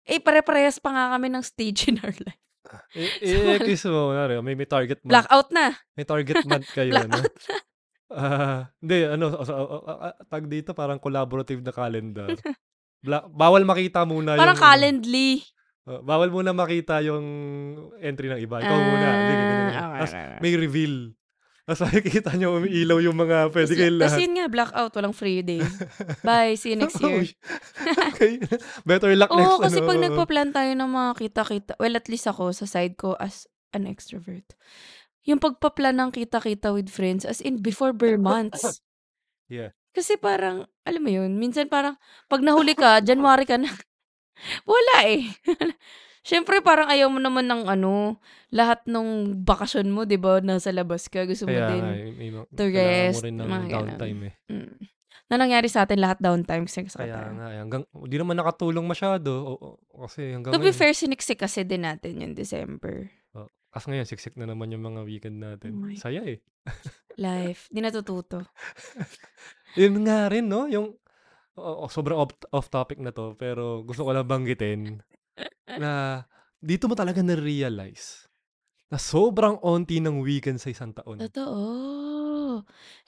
S3: eh, pare-parehas pa nga kami ng stage in our life.
S2: Eh,
S3: So,
S2: eh, kiss mo, kunwari, may, may target month.
S3: Blackout na.
S2: May target month kayo, ano?
S3: Blackout na.
S2: Ah, hindi, ano, so, so, ah, ah, ah, tag dito, parang collaborative na calendar. Bla- bawal makita muna
S3: Parang
S2: yung... ano,
S3: Calendly.
S2: ah, bawal muna makita yung entry ng iba. Ikaw muna. Sige, ganun.
S3: Ah,
S2: Tapos
S3: okay, okay, okay.
S2: may reveal. Tapos makikita nyo, umiilaw yung mga pwede
S3: Tapos-
S2: kayo
S3: Tapos
S2: lahat.
S3: yun nga, blackout, walang free day. Bye, see you next
S2: Oh,
S3: year.
S2: sh- okay. Better luck
S3: Oo,
S2: next
S3: kasi
S2: ano,
S3: pag
S2: oo.
S3: nagpa-plan tayo ng mga kita-kita, well, at least ako, sa side ko, as an extrovert, yung pagpa-plan ng kita-kita with friends, as in, before bare months.
S2: Yeah.
S3: Kasi parang, alam mo yun, minsan parang, pag nahuli ka, January ka na, wala eh. Siyempre, parang ayaw mo naman ng ano, lahat ng bakasyon mo, di ba, nasa labas ka, gusto mo
S2: Kaya
S3: din.
S2: nga, eh, may mga-
S3: to
S2: kailangan
S3: rest,
S2: mo rin ng
S3: mga ganun.
S2: downtime eh.
S3: Mm. Na nangyari sa atin lahat downtime kasi nagsaka
S2: Kaya
S3: tayo.
S2: nga, eh, hanggang, hindi naman nakatulong masyado. o- o- kasi hanggang
S3: To be
S2: ngayon,
S3: fair, siniksik kasi din natin yung December.
S2: kasi ngayon, siksik na naman yung mga weekend natin.
S3: Oh my
S2: Saya eh.
S3: Life. Di natututo.
S2: Yun nga rin, no? Yung, o- o, sobrang off, off topic na to, pero gusto ko lang banggitin na dito mo talaga na-realize na sobrang onti ng weekend sa isang taon.
S3: Totoo.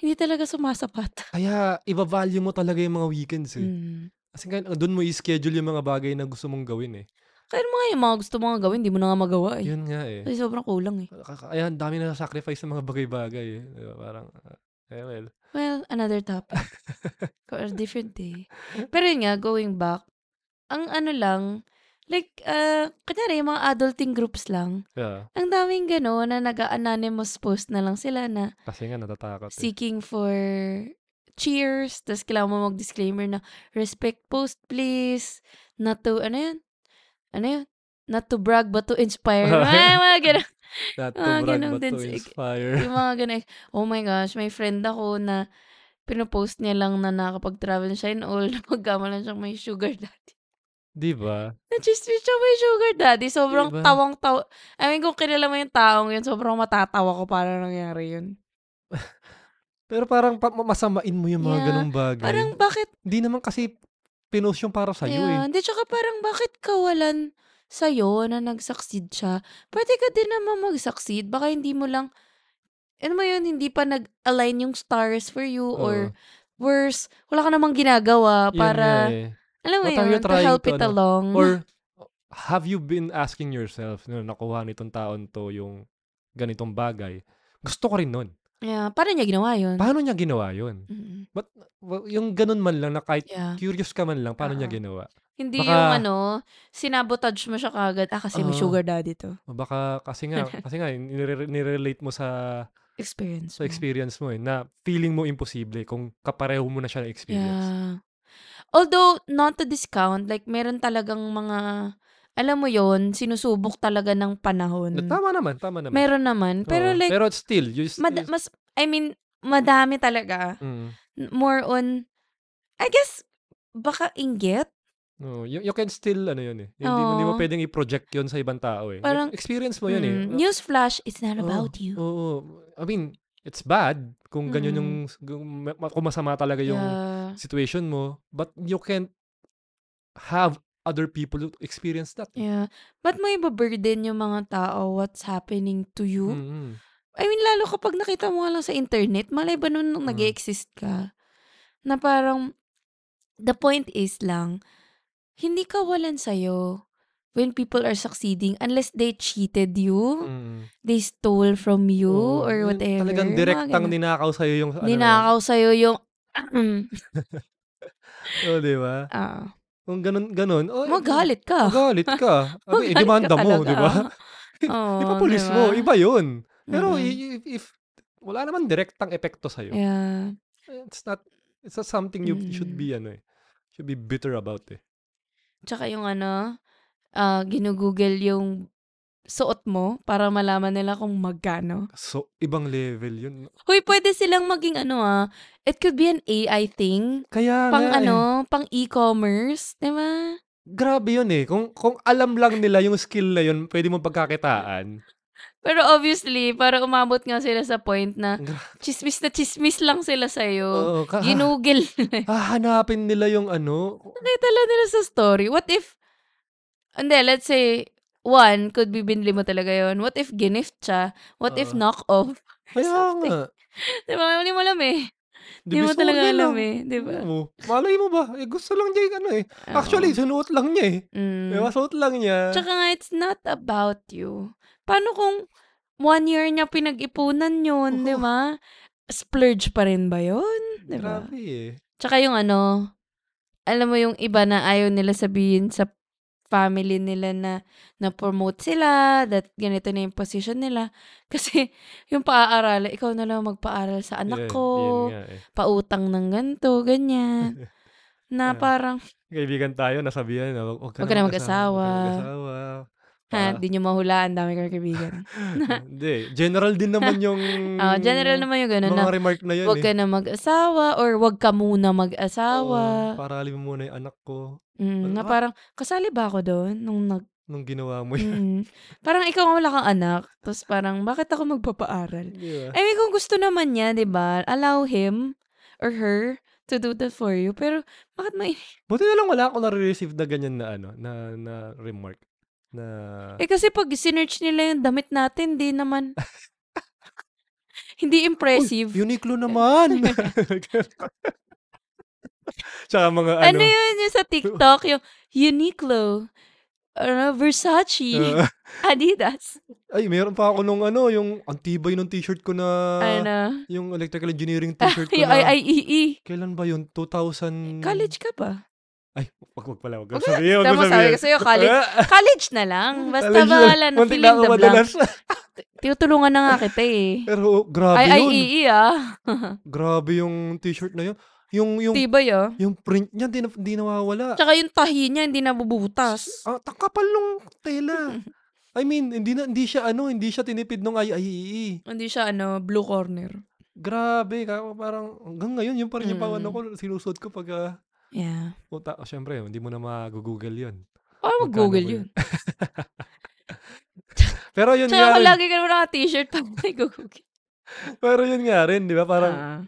S3: Hindi talaga sumasapat.
S2: Kaya, iba-value mo talaga yung mga weekends eh.
S3: Mm.
S2: Kasi doon mo i-schedule yung mga bagay na gusto mong gawin eh.
S3: Kaya mga yung mga gusto mong gawin, di mo na nga magawa eh.
S2: Yun nga eh.
S3: Kasi sobrang kulang eh.
S2: K- k- Kaya ang dami na sacrifice ng mga bagay-bagay eh. Di ba? Parang, ah, eh well.
S3: Well, another topic. Or different day. Pero yun nga, going back, ang ano lang, like, uh, kunyari, yung mga adulting groups lang,
S2: Yeah.
S3: ang daming gano'n na nag-anonymous post na lang sila na
S2: Kasi nga natatakot eh.
S3: seeking for cheers, tapos kailangan mo mag-disclaimer na respect post please, not to, ano yun? Ano yun? Not to brag but to inspire. Ay, mga ganun.
S2: Not to
S3: Ah,
S2: brag
S3: ganun
S2: but
S3: din
S2: to
S3: si-
S2: inspire.
S3: Yung mga ganun. Oh my gosh, may friend ako na pinopost niya lang na nakapag-travel siya in all, napagkamalan siyang may sugar daddy.
S2: Di ba?
S3: Na-chismis siya may sugar daddy. Sobrang
S2: Diba?
S3: tawang-tawa. I mean, kung kilala mo yung taong yun, sobrang matatawa ko para nangyari yun.
S2: Pero parang pa- ma- masamain mo yung mga
S3: Yeah.
S2: ganung bagay.
S3: Parang bakit
S2: Hindi naman kasi pinost yung para sa'yo
S3: Ayan.
S2: eh.
S3: Di, tsaka parang bakit kawalan sa'yo na nag-succeed siya? Pwede ka din naman mag-succeed. Baka hindi mo lang, ano mo yun, hindi pa nag-align yung stars for you or
S2: Oo.
S3: worse, wala ka namang ginagawa
S2: Yun
S3: para, Hmm?
S2: nga eh.
S3: alam mo
S2: What are you
S3: yun, to
S2: trying
S3: help
S2: to
S3: it
S2: ano?
S3: along.
S2: Or have you been asking yourself na nakuha nitong taon to yung ganitong bagay? Gusto ko rin nun.
S3: yeah, paano niya ginawa yun?
S2: Paano niya ginawa yun?
S3: Mm,
S2: But, well, yung ganun man lang na kahit
S3: yeah.
S2: curious ka man lang, paano niya
S3: Oo.
S2: ginawa?
S3: Hindi
S2: Baka-
S3: yung ano, sinabotage mo siya kagad, ah, kasi
S2: Oo.
S3: may sugar daddy to.
S2: O Baka kasi nga, kasi nga, nire- nirelate mo sa, sa
S3: Experience mo.
S2: experience mo eh, na feeling mo imposible kung kapareho mo na siya ng experience.
S3: Yeah. Although, not to discount, like, meron talagang mga, alam mo yon sinusubok talaga
S2: Na,
S3: ng panahon.
S2: tama naman, tama naman.
S3: Meron naman.
S2: Oo.
S3: Pero like,
S2: pero still, you s-
S3: mad-
S2: you s-
S3: mas, I mean, madami talaga.
S2: mm,
S3: N- More on, I guess, baka inggit.
S2: no, you, you can still, ano yun eh. Hindi, mo- hindi mo
S3: Oo.
S2: pwedeng i-project yun sa ibang tao eh.
S3: Parang-
S2: experience mo yun eh.
S3: Mm, News flash, it's
S2: Oo,
S3: not about you.
S2: Oo. I mean, it's bad kung ganyan
S3: Mm.
S2: yung, kung ma- kung masama talaga yung
S3: yeah.
S2: situation mo, but you can't have other people to experience that. eh.
S3: Yeah. Ba't mo ibaburden yung mga tao what's happening to you?
S2: Mm-mm.
S3: I mean, lalo kapag nakita mo nga lang sa internet, malay ba nun nung
S2: Mm.
S3: nag-exist ka? Na parang, the point is lang, hindi ka walan sa'yo when people are succeeding unless they cheated you,
S2: Mm-mm.
S3: they stole from you,
S2: Mm. Oo,
S3: or
S2: yun,
S3: whatever.
S2: Talagang
S3: mga
S2: direktang
S3: ganun.
S2: ninakaw sa'yo yung ano.
S3: Ninakaw sa'yo yung...
S2: Oh, di ba?
S3: ah,
S2: Kung ganun, ganun. Oh,
S3: magalit ka.
S2: Magalit ka. Abi, eh,
S3: Magalit ka
S2: demanda mo,
S3: talaga.
S2: di ba?
S3: Oo,
S2: Ipapulis
S3: di ba?
S2: mo. Iba yun. Pero
S3: Mm-mm.
S2: i- i- if, wala naman direktang epekto sa'yo.
S3: Yeah.
S2: It's not, it's not something you should
S3: Eh Mm.
S2: be, ano eh, should be bitter about eh.
S3: Tsaka yung ano, ah, ginugugel yung suot mo para malaman nila kung magkano.
S2: So, ibang level yun.
S3: Hoy,
S2: Hmm.
S3: pwede silang maging ano ah. It could be an AI thing.
S2: Kaya
S3: Pang
S2: nga eh.
S3: ano, pang e-commerce. Di ba?
S2: Grabe yun eh. Kung, kung alam lang nila yung skill na yun, pwede mo pagkakitaan.
S3: Pero obviously, para umabot nga sila sa point na
S2: Gra-
S3: chismis na chismis lang sila
S2: Oo,
S3: sa'yo.
S2: ka-
S3: Ginugil.
S2: hahanapin nila yung ano.
S3: Nakita lang nila sa story. What if, hindi, let's say, one, could be binili mo talaga yon What if ginift siya? What if
S2: Oo.
S3: knock-off?
S2: Kaya
S3: something.
S2: nga.
S3: Diba? Hindi mo alam eh. Hindi mo
S2: Dibis
S3: talaga
S2: na
S3: alam
S2: lang.
S3: eh. Diba?
S2: Oo. Malay mo ba? Eh, gusto lang niya yung ano eh. Mm. Actually, sinuot lang niya eh.
S3: Oo. Mm.
S2: Diba? Suot lang niya.
S3: Tsaka nga, it's not about you. Paano kung one year niya pinag-ipunan yun, di
S2: Oo.
S3: ba? Splurge pa rin ba yun? Di ba?
S2: Grabe eh.
S3: Tsaka yung ano, alam mo yung iba na ayaw nila sabihin sa family nila na na-promote sila, that ganito na yung position nila. Kasi yung paaarala, ikaw na lang magpaaral sa anak
S2: Yan,
S3: ko,
S2: yun nga eh.
S3: pautang ng ganito, ganyan. na
S2: Yeah.
S3: parang,
S2: Kaibigan tayo, nasabihan na wag, wag ka
S3: Wag ka
S2: na
S3: na
S2: mag-asawa. Wag ka na mag-asawa.
S3: mag-asawa. ha,
S2: Ah,
S3: di nyo mahulaan, dami kang kaibigan.
S2: Hindi. General din naman yung
S3: Ah, general naman yung gano'n na,
S2: mga remark na yun eh.
S3: wag ka na mag-asawa or wag ka muna mag-asawa.
S2: Oo, parali mo muna yung anak ko
S3: Mm,
S2: Ah.
S3: na parang, kasali ba ako doon nung nag
S2: nung ginawa mo yun.
S3: Mm. Parang ikaw nga wala kang anak. Tapos parang, bakit ako magpapaaral?
S2: Di ba?
S3: I mean, kung gusto naman niya, di ba, allow him or her to do that for you. Pero, bakit may...
S2: Buti na lang wala akong nare-receive na ganyan na ano, na, na remark. Na,
S3: Eh kasi pag sinerch nila yung damit natin, di naman... hindi impressive.
S2: Uniqlo naman! Tsaka mga ano.
S3: ano, yun yung sa TikTok? Yung Uniqlo, ano, Versace,
S2: ah,
S3: Adidas,
S2: ay, meron pa ako nung ano, yung ang tibay ng t-shirt ko na,
S3: ano,
S2: yung electrical engineering t-shirt ko
S3: yung
S2: na.
S3: IIEE.
S2: Kailan ba yun? 2000...
S3: E. College ka ba?
S2: Ay, wag, wag pala. Wag
S3: Wag
S2: kang
S3: na.
S2: sabihin. Wag
S3: Tama,
S2: kang
S3: sabi
S2: sabihin.
S3: ko sa'yo, college
S2: Ah,
S3: College na lang. Basta
S2: college na-
S3: bahala na
S2: muntik na
S3: feeling
S2: ako
S3: the blank.
S2: madalas.
S3: Tinutulungan na nga kita eh.
S2: Pero oh, grabe
S3: Ay, ay,
S2: yun.
S3: ii ah.
S2: Grabe yung t-shirt na yun. Yung, yung,
S3: Tibay ah.
S2: yung print niya, di, na, di nawawala.
S3: Tsaka yung tahi niya, hindi nabubutas.
S2: Ah, takapal nung tela. I mean, hindi na hindi siya ano, hindi siya tinipid nung IIE.
S3: Hindi siya, ano, blue corner.
S2: Grabe, ka, parang hanggang ngayon yung parang yung
S3: Mm.
S2: pawano ko sinusuot ko pag uh,
S3: Yeah.
S2: oh, syempre, hindi mo na mag-google 'yon.
S3: Oh, mag-google
S2: Magkano ba
S3: yun.
S2: Pero yun
S3: Tsaka
S2: nga
S3: kung
S2: rin.
S3: lagi ka naman naka-t-shirt, pag may google.
S2: Pero yun nga rin, 'di ba? Parang
S3: Ah.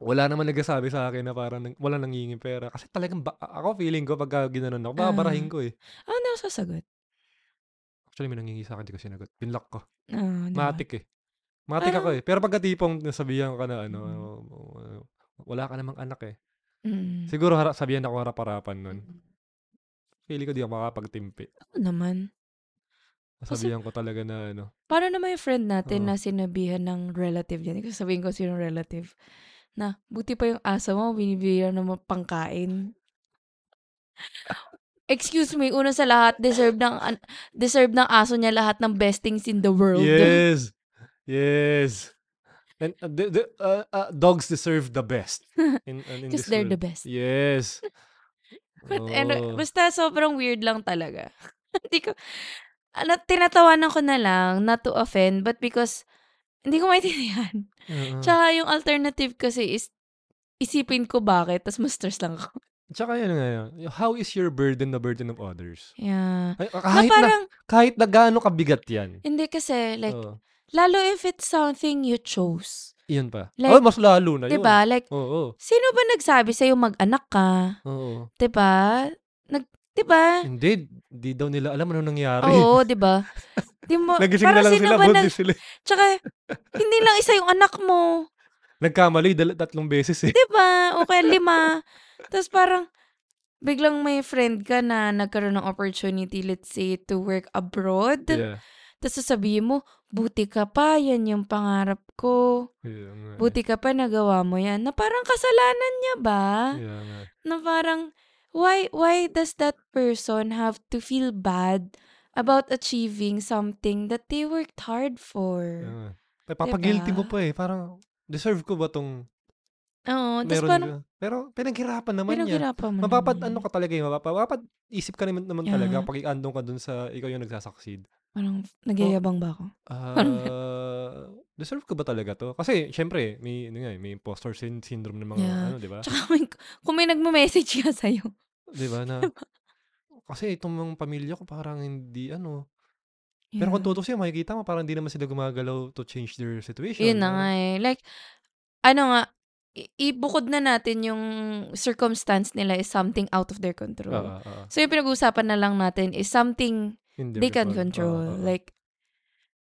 S2: wala naman nagsasabi sa akin na parang nang- wala nangingin pera. Kasi talagang ba- ako feeling ko pagka ginanon ako,
S3: Ah.
S2: babarahin ko eh.
S3: Ah, hindi ako sasagot.
S2: Actually, may nangingi sa akin, di ko sinagot. Pinlock ko.
S3: Ah, di ba?
S2: Matik eh. Matik
S3: Ah.
S2: ako eh. Pero pagka tipong nasabihan ka na ano,
S3: Mm.
S2: uh, wala ka namang anak eh.
S3: Mm.
S2: Siguro harap, sabihan ako harap-harapan nun. Feeling ko di ako makakapagtimpi.
S3: Ako Ano naman. Kasi-
S2: Sabihan ko talaga na ano.
S3: Paano naman yung friend natin
S2: Oo.
S3: na sinabihan ng relative yan? Hindi ko sabihin ko sino relative. Na, buti pa yung asa mo, binibigyan ng mga pangkain. Excuse me, una sa lahat, deserve ng an- deserve ng aso niya lahat ng best things in the world.
S2: Yes! Yes! And uh, the, the, uh, uh, dogs deserve the best. In, uh, in this
S3: Because they're
S2: world. Oh.
S3: the best.
S2: Yes!
S3: But, and, uh,
S2: Oo.
S3: basta sobrang weird lang talaga. hindi ko, ano, tinatawanan ko na lang, not to offend, but because, hindi ko maintindihan.
S2: Oo.
S3: Tsaka yung alternative kasi is, isipin ko bakit, tas mas stress lang ako.
S2: Tsaka yun nga yun. yung How is your burden the burden of others?
S3: Yeah.
S2: Ay,
S3: Na
S2: kahit na,
S3: parang,
S2: kahit na gaano kabigat yan.
S3: hindi kasi, like,
S2: Oo.
S3: lalo if it's something you chose.
S2: Iyan pa.
S3: Like,
S2: oh, mas lalo na yun.
S3: Diba? Like,
S2: Oo.
S3: sino ba nagsabi sa'yo mag-anak ka?
S2: Oo.
S3: Diba? Nag, diba?
S2: Hindi, di daw nila alam ano nangyari.
S3: Oo, diba? Di mo,
S2: Nagising na
S3: parang
S2: lang
S3: sino
S2: sila,
S3: ba
S2: bundi
S3: nag-
S2: sila.
S3: Tsaka, hindi lang isa yung anak mo.
S2: Nagkamali, dal- tatlong beses eh.
S3: Diba? O kaya lima. Tapos parang, biglang may friend ka na nagkaroon ng opportunity, let's say, to work abroad.
S2: Yeah.
S3: Tapos sasabihin mo, buti ka pa, yan yung pangarap ko.
S2: Yeah, nga eh.
S3: Buti ka pa nagawa mo yan. Na parang kasalanan niya ba?
S2: Yeah, nga.
S3: na parang why why does that person have to feel bad about achieving something that they worked hard
S2: Yeah,
S3: for?
S2: nga. Eh, papagilty mo
S3: Diba?
S2: pa eh. Parang, deserve ko ba tong
S3: Oo, Oh, tapos
S2: meron
S3: parang
S2: ka? Pero, pinaghirapan naman niya.
S3: pinaghirapan mo
S2: Mapapat,
S3: naman.
S2: ano ka talaga eh. Mapapat, mapapat isip ka naman, naman talaga
S3: Yeah.
S2: pag andong ka dun sa, ikaw yung nagsasucceed.
S3: Parang nagyayabang ba ako?
S2: Ah, deserve ko ba talaga to? Kasi, syempre, may, ano nga, eh, may imposter syn- syndrome ng mga,
S3: Yeah.
S2: ano, di ba?
S3: Tsaka may, kung may nagme-message ka sa'yo.
S2: Di ba na, kasi itong mga pamilya ko parang hindi, ano, pero kung tutok siya, makikita mo, parang hindi naman sila gumagalaw to change their situation.
S3: Yun na nga eh. Like, ano nga, i- ibukod na natin yung circumstance nila is something out of their
S2: Oo, oo,
S3: control.
S2: oo.
S3: So, yung pinag-uusapan na lang natin is something
S2: In their
S3: they can
S2: control. Oo, oo, oo.
S3: control. Like,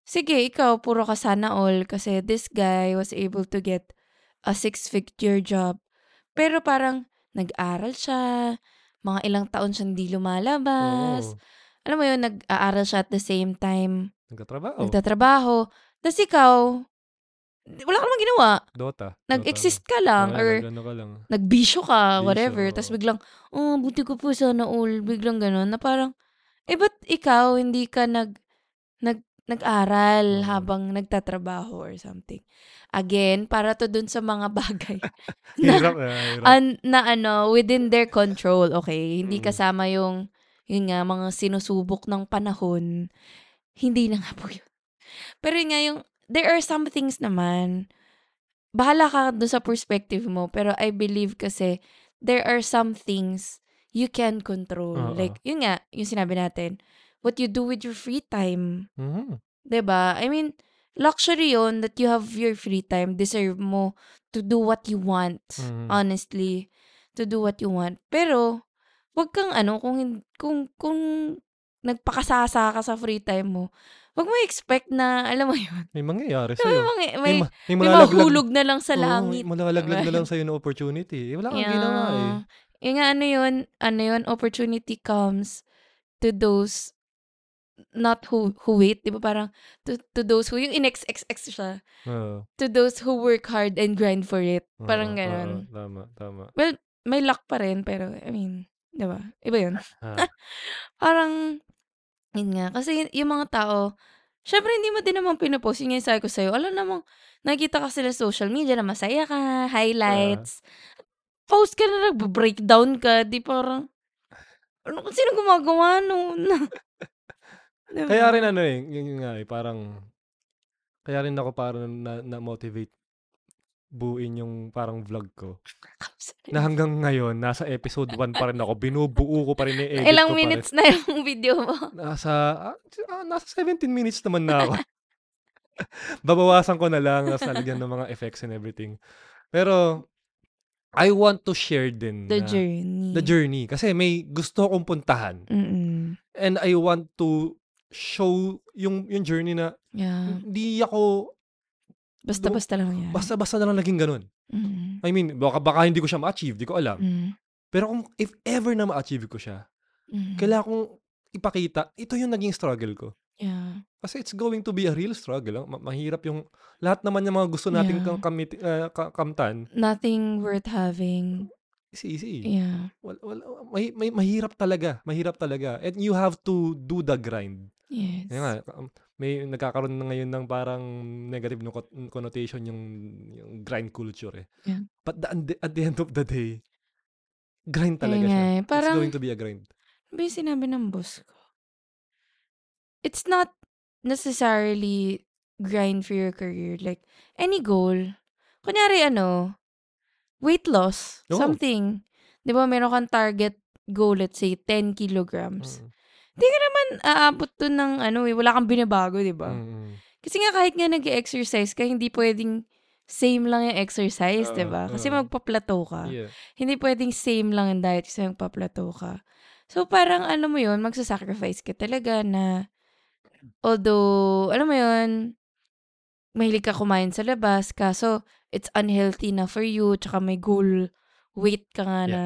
S3: sige, ikaw, puro ka sana all kasi this guy was able to get a six-figure job. Pero parang nag-aral siya, mga ilang taon siyang di lumalabas.
S2: Oo.
S3: Alam mo yun, nag-aaral siya at the same time.
S2: Nagtatrabaho.
S3: Nagtatrabaho. Tapos ikaw, wala ka namang ginawa.
S2: Dota.
S3: Nag-exist ka
S2: Dota.
S3: lang
S2: Oo,
S3: or
S2: nag-ano ka lang.
S3: nagbisyo ka,
S2: Bisyo,
S3: whatever.
S2: oo.
S3: Tapos biglang, oh, buti ko po sana all. Biglang ganun. Na parang, eh, ba't ikaw hindi ka nag, nag, nag-aral
S2: Oo.
S3: habang nagtatrabaho or something? Again, para to dun sa mga bagay
S2: Hirap na, hirap.
S3: an, na ano, within their control, okay? Hindi
S2: Mm.
S3: kasama yung, yun nga, mga sinusubok ng panahon. Hindi na nga po yun. Pero yun nga yung, there are some things naman, bahala ka doon sa perspective mo, pero I believe kasi, there are some things you can control.
S2: Oo.
S3: Like, yun nga, yung sinabi natin, what you do with your free time,
S2: Mhm.
S3: 'di ba? I mean, luxury 'yon that you have your free time, deserve mo to do what you want.
S2: Mhm.
S3: Honestly, to do what you want. Pero 'wag kang ano kung hin- kung kung nagpakasasa ka sa free time mo. 'Wag mo expect na alam mo 'yun.
S2: May mangyayari
S3: May
S2: sa'yo.
S3: mga
S2: ma- may
S3: may, may
S2: malalaglag-
S3: mahulog na lang sa
S2: Oo, may
S3: langit.
S2: malalaglag na
S3: diba?
S2: lang sa'yo ng opportunity. Eh, wala kang ginawa eh.
S3: Yung nga, ano yun, ano yun, opportunity comes to those not who who wait, di ba parang to, to those who, yung in-ex-ex-ex siya,
S2: Oo.
S3: to those who work hard and grind for it.
S2: Oo,
S3: Parang
S2: oo, oo.
S3: ganun.
S2: Tama, tama.
S3: May luck pa rin, pero I mean, di ba? Iba yun.
S2: Ah,
S3: Parang, yun nga. Kasi yun- yung mga tao, syempre hindi mo din naman pinapost. Yun nga yung sabi ko sa'yo. Alam namang, nakikita ka sila sa social media na masaya
S2: Ah.
S3: ka, highlights. Post ka na, nag-breakdown ka. Di parang, ano, sino gumagawa nun? Diba?
S2: kaya rin ano eh, yun yun nga eh, parang, kaya rin ako parang na, na-motivate buuin yung parang vlog ko. Na hanggang ngayon, nasa episode 1 pa rin ako. Binubuo ko pa rin yung edit
S3: Ilang
S2: ko
S3: minutes na yung video mo.
S2: pa rin. Nasa, ah, ah, nasa 17 minutes naman na ako. Babawasan ko na lang, tapos nalagyan ng mga effects and everything. Pero, I want to share din
S3: The
S2: na-
S3: journey.
S2: the journey. Kasi may gusto akong puntahan.
S3: Mm-mm.
S2: And I want to show yung yung journey na
S3: Yeah.
S2: hindi ako
S3: Basta-basta lang
S2: Hmm,
S3: yan.
S2: basta-basta na lang naging ganun.
S3: Mm.
S2: I mean, baka, baka hindi ko siya ma-achieve, di ko alam.
S3: Mm.
S2: Pero kung if ever na ma-achieve ko siya,
S3: Mm.
S2: kailangan kong ipakita, ito yung naging struggle ko.
S3: Yeah.
S2: Kasi it's going to be a real struggle. ah. Ma- mahirap yung, lahat naman yung mga gusto nating
S3: Yeah.
S2: kam- kamit- ah, ka- kamtan,
S3: Nothing worth having.
S2: is easy.
S3: Yeah.
S2: Wal- wal- may, may, mahirap talaga. Mahirap talaga. And you have to do the grind.
S3: Yes.
S2: Ayun nga, um, may nagkakaroon na ngayon ng parang negative no co- connotation yung, yung grind culture eh.
S3: Yeah.
S2: But the, and- at the end of the day, grind
S3: Ayun
S2: talaga
S3: nga
S2: siya.
S3: eh, Parang,
S2: It's going to be a grind.
S3: ano ba yung sinabi ng boss ko? It's not necessarily grind for your career. Like, any goal. Kunyari, ano, weight loss.
S2: Oo.
S3: Something. Di ba, meron kang target goal, let's say, 10 kilograms.
S2: Mm,
S3: Aabot to ng, ano eh, wala kang binabago, di ba?
S2: mm, mm.
S3: Kasi nga kahit nga nag-exercise ka, hindi pwedeng same lang yung exercise,
S2: Oo,
S3: 'di ba? Kasi
S2: oo.
S3: magpa-plateau ka.
S2: Yeah.
S3: Hindi pwedeng same lang yung diet kasi magpa-plateau ka. So parang ano mo 'yun, magsasacrifice ka talaga na although alam mo 'yun, mahilig ka kumain sa labas, kaso it's unhealthy na for you, tsaka may goal weight ka
S2: Yeah.
S3: nga na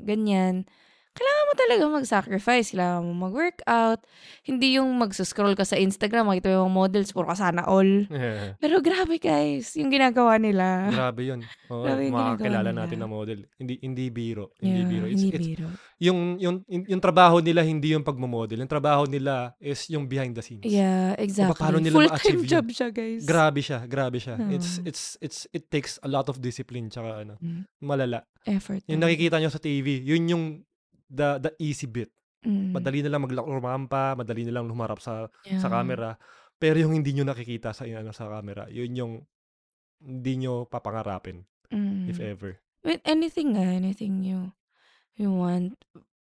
S3: ganyan. Kailangan mo talaga mag-sacrifice. Kailangan mo mag-workout. Hindi yung mag-scroll ka sa Instagram, makita mo yung mga models, puro ka sana all.
S2: Yeah.
S3: Pero grabe guys, yung ginagawa nila.
S2: Grabe yun. Oo,
S3: Ah, Grabe yung ginagawa
S2: makakilala
S3: nila.
S2: natin na model. Hindi hindi biro. Hindi
S3: Yeah,
S2: biro. It's,
S3: hindi
S2: it's,
S3: biro.
S2: yung, yung, yung, yung trabaho nila hindi yung pagmamodel. Yung trabaho nila is yung behind the scenes.
S3: Yeah, exactly.
S2: Eh, paano nila
S3: Full-time
S2: ma-achieve yun?
S3: job siya, guys.
S2: Grabe siya, grabe siya. It's
S3: Oo.
S2: it's it's it takes a lot of discipline tsaka ano,
S3: Mm,
S2: malala.
S3: Effort.
S2: Yung
S3: talaga.
S2: nakikita nyo sa TV, yun yung the the easy bit.
S3: Mm,
S2: Madali na lang maglakrumampa, madali na lang humarap sa
S3: yeah.
S2: sa camera. Pero yung hindi nyo nakikita sa ano sa camera, yun yung hindi nyo papangarapin
S3: Mm.
S2: if ever.
S3: With anything nga, anything you you want.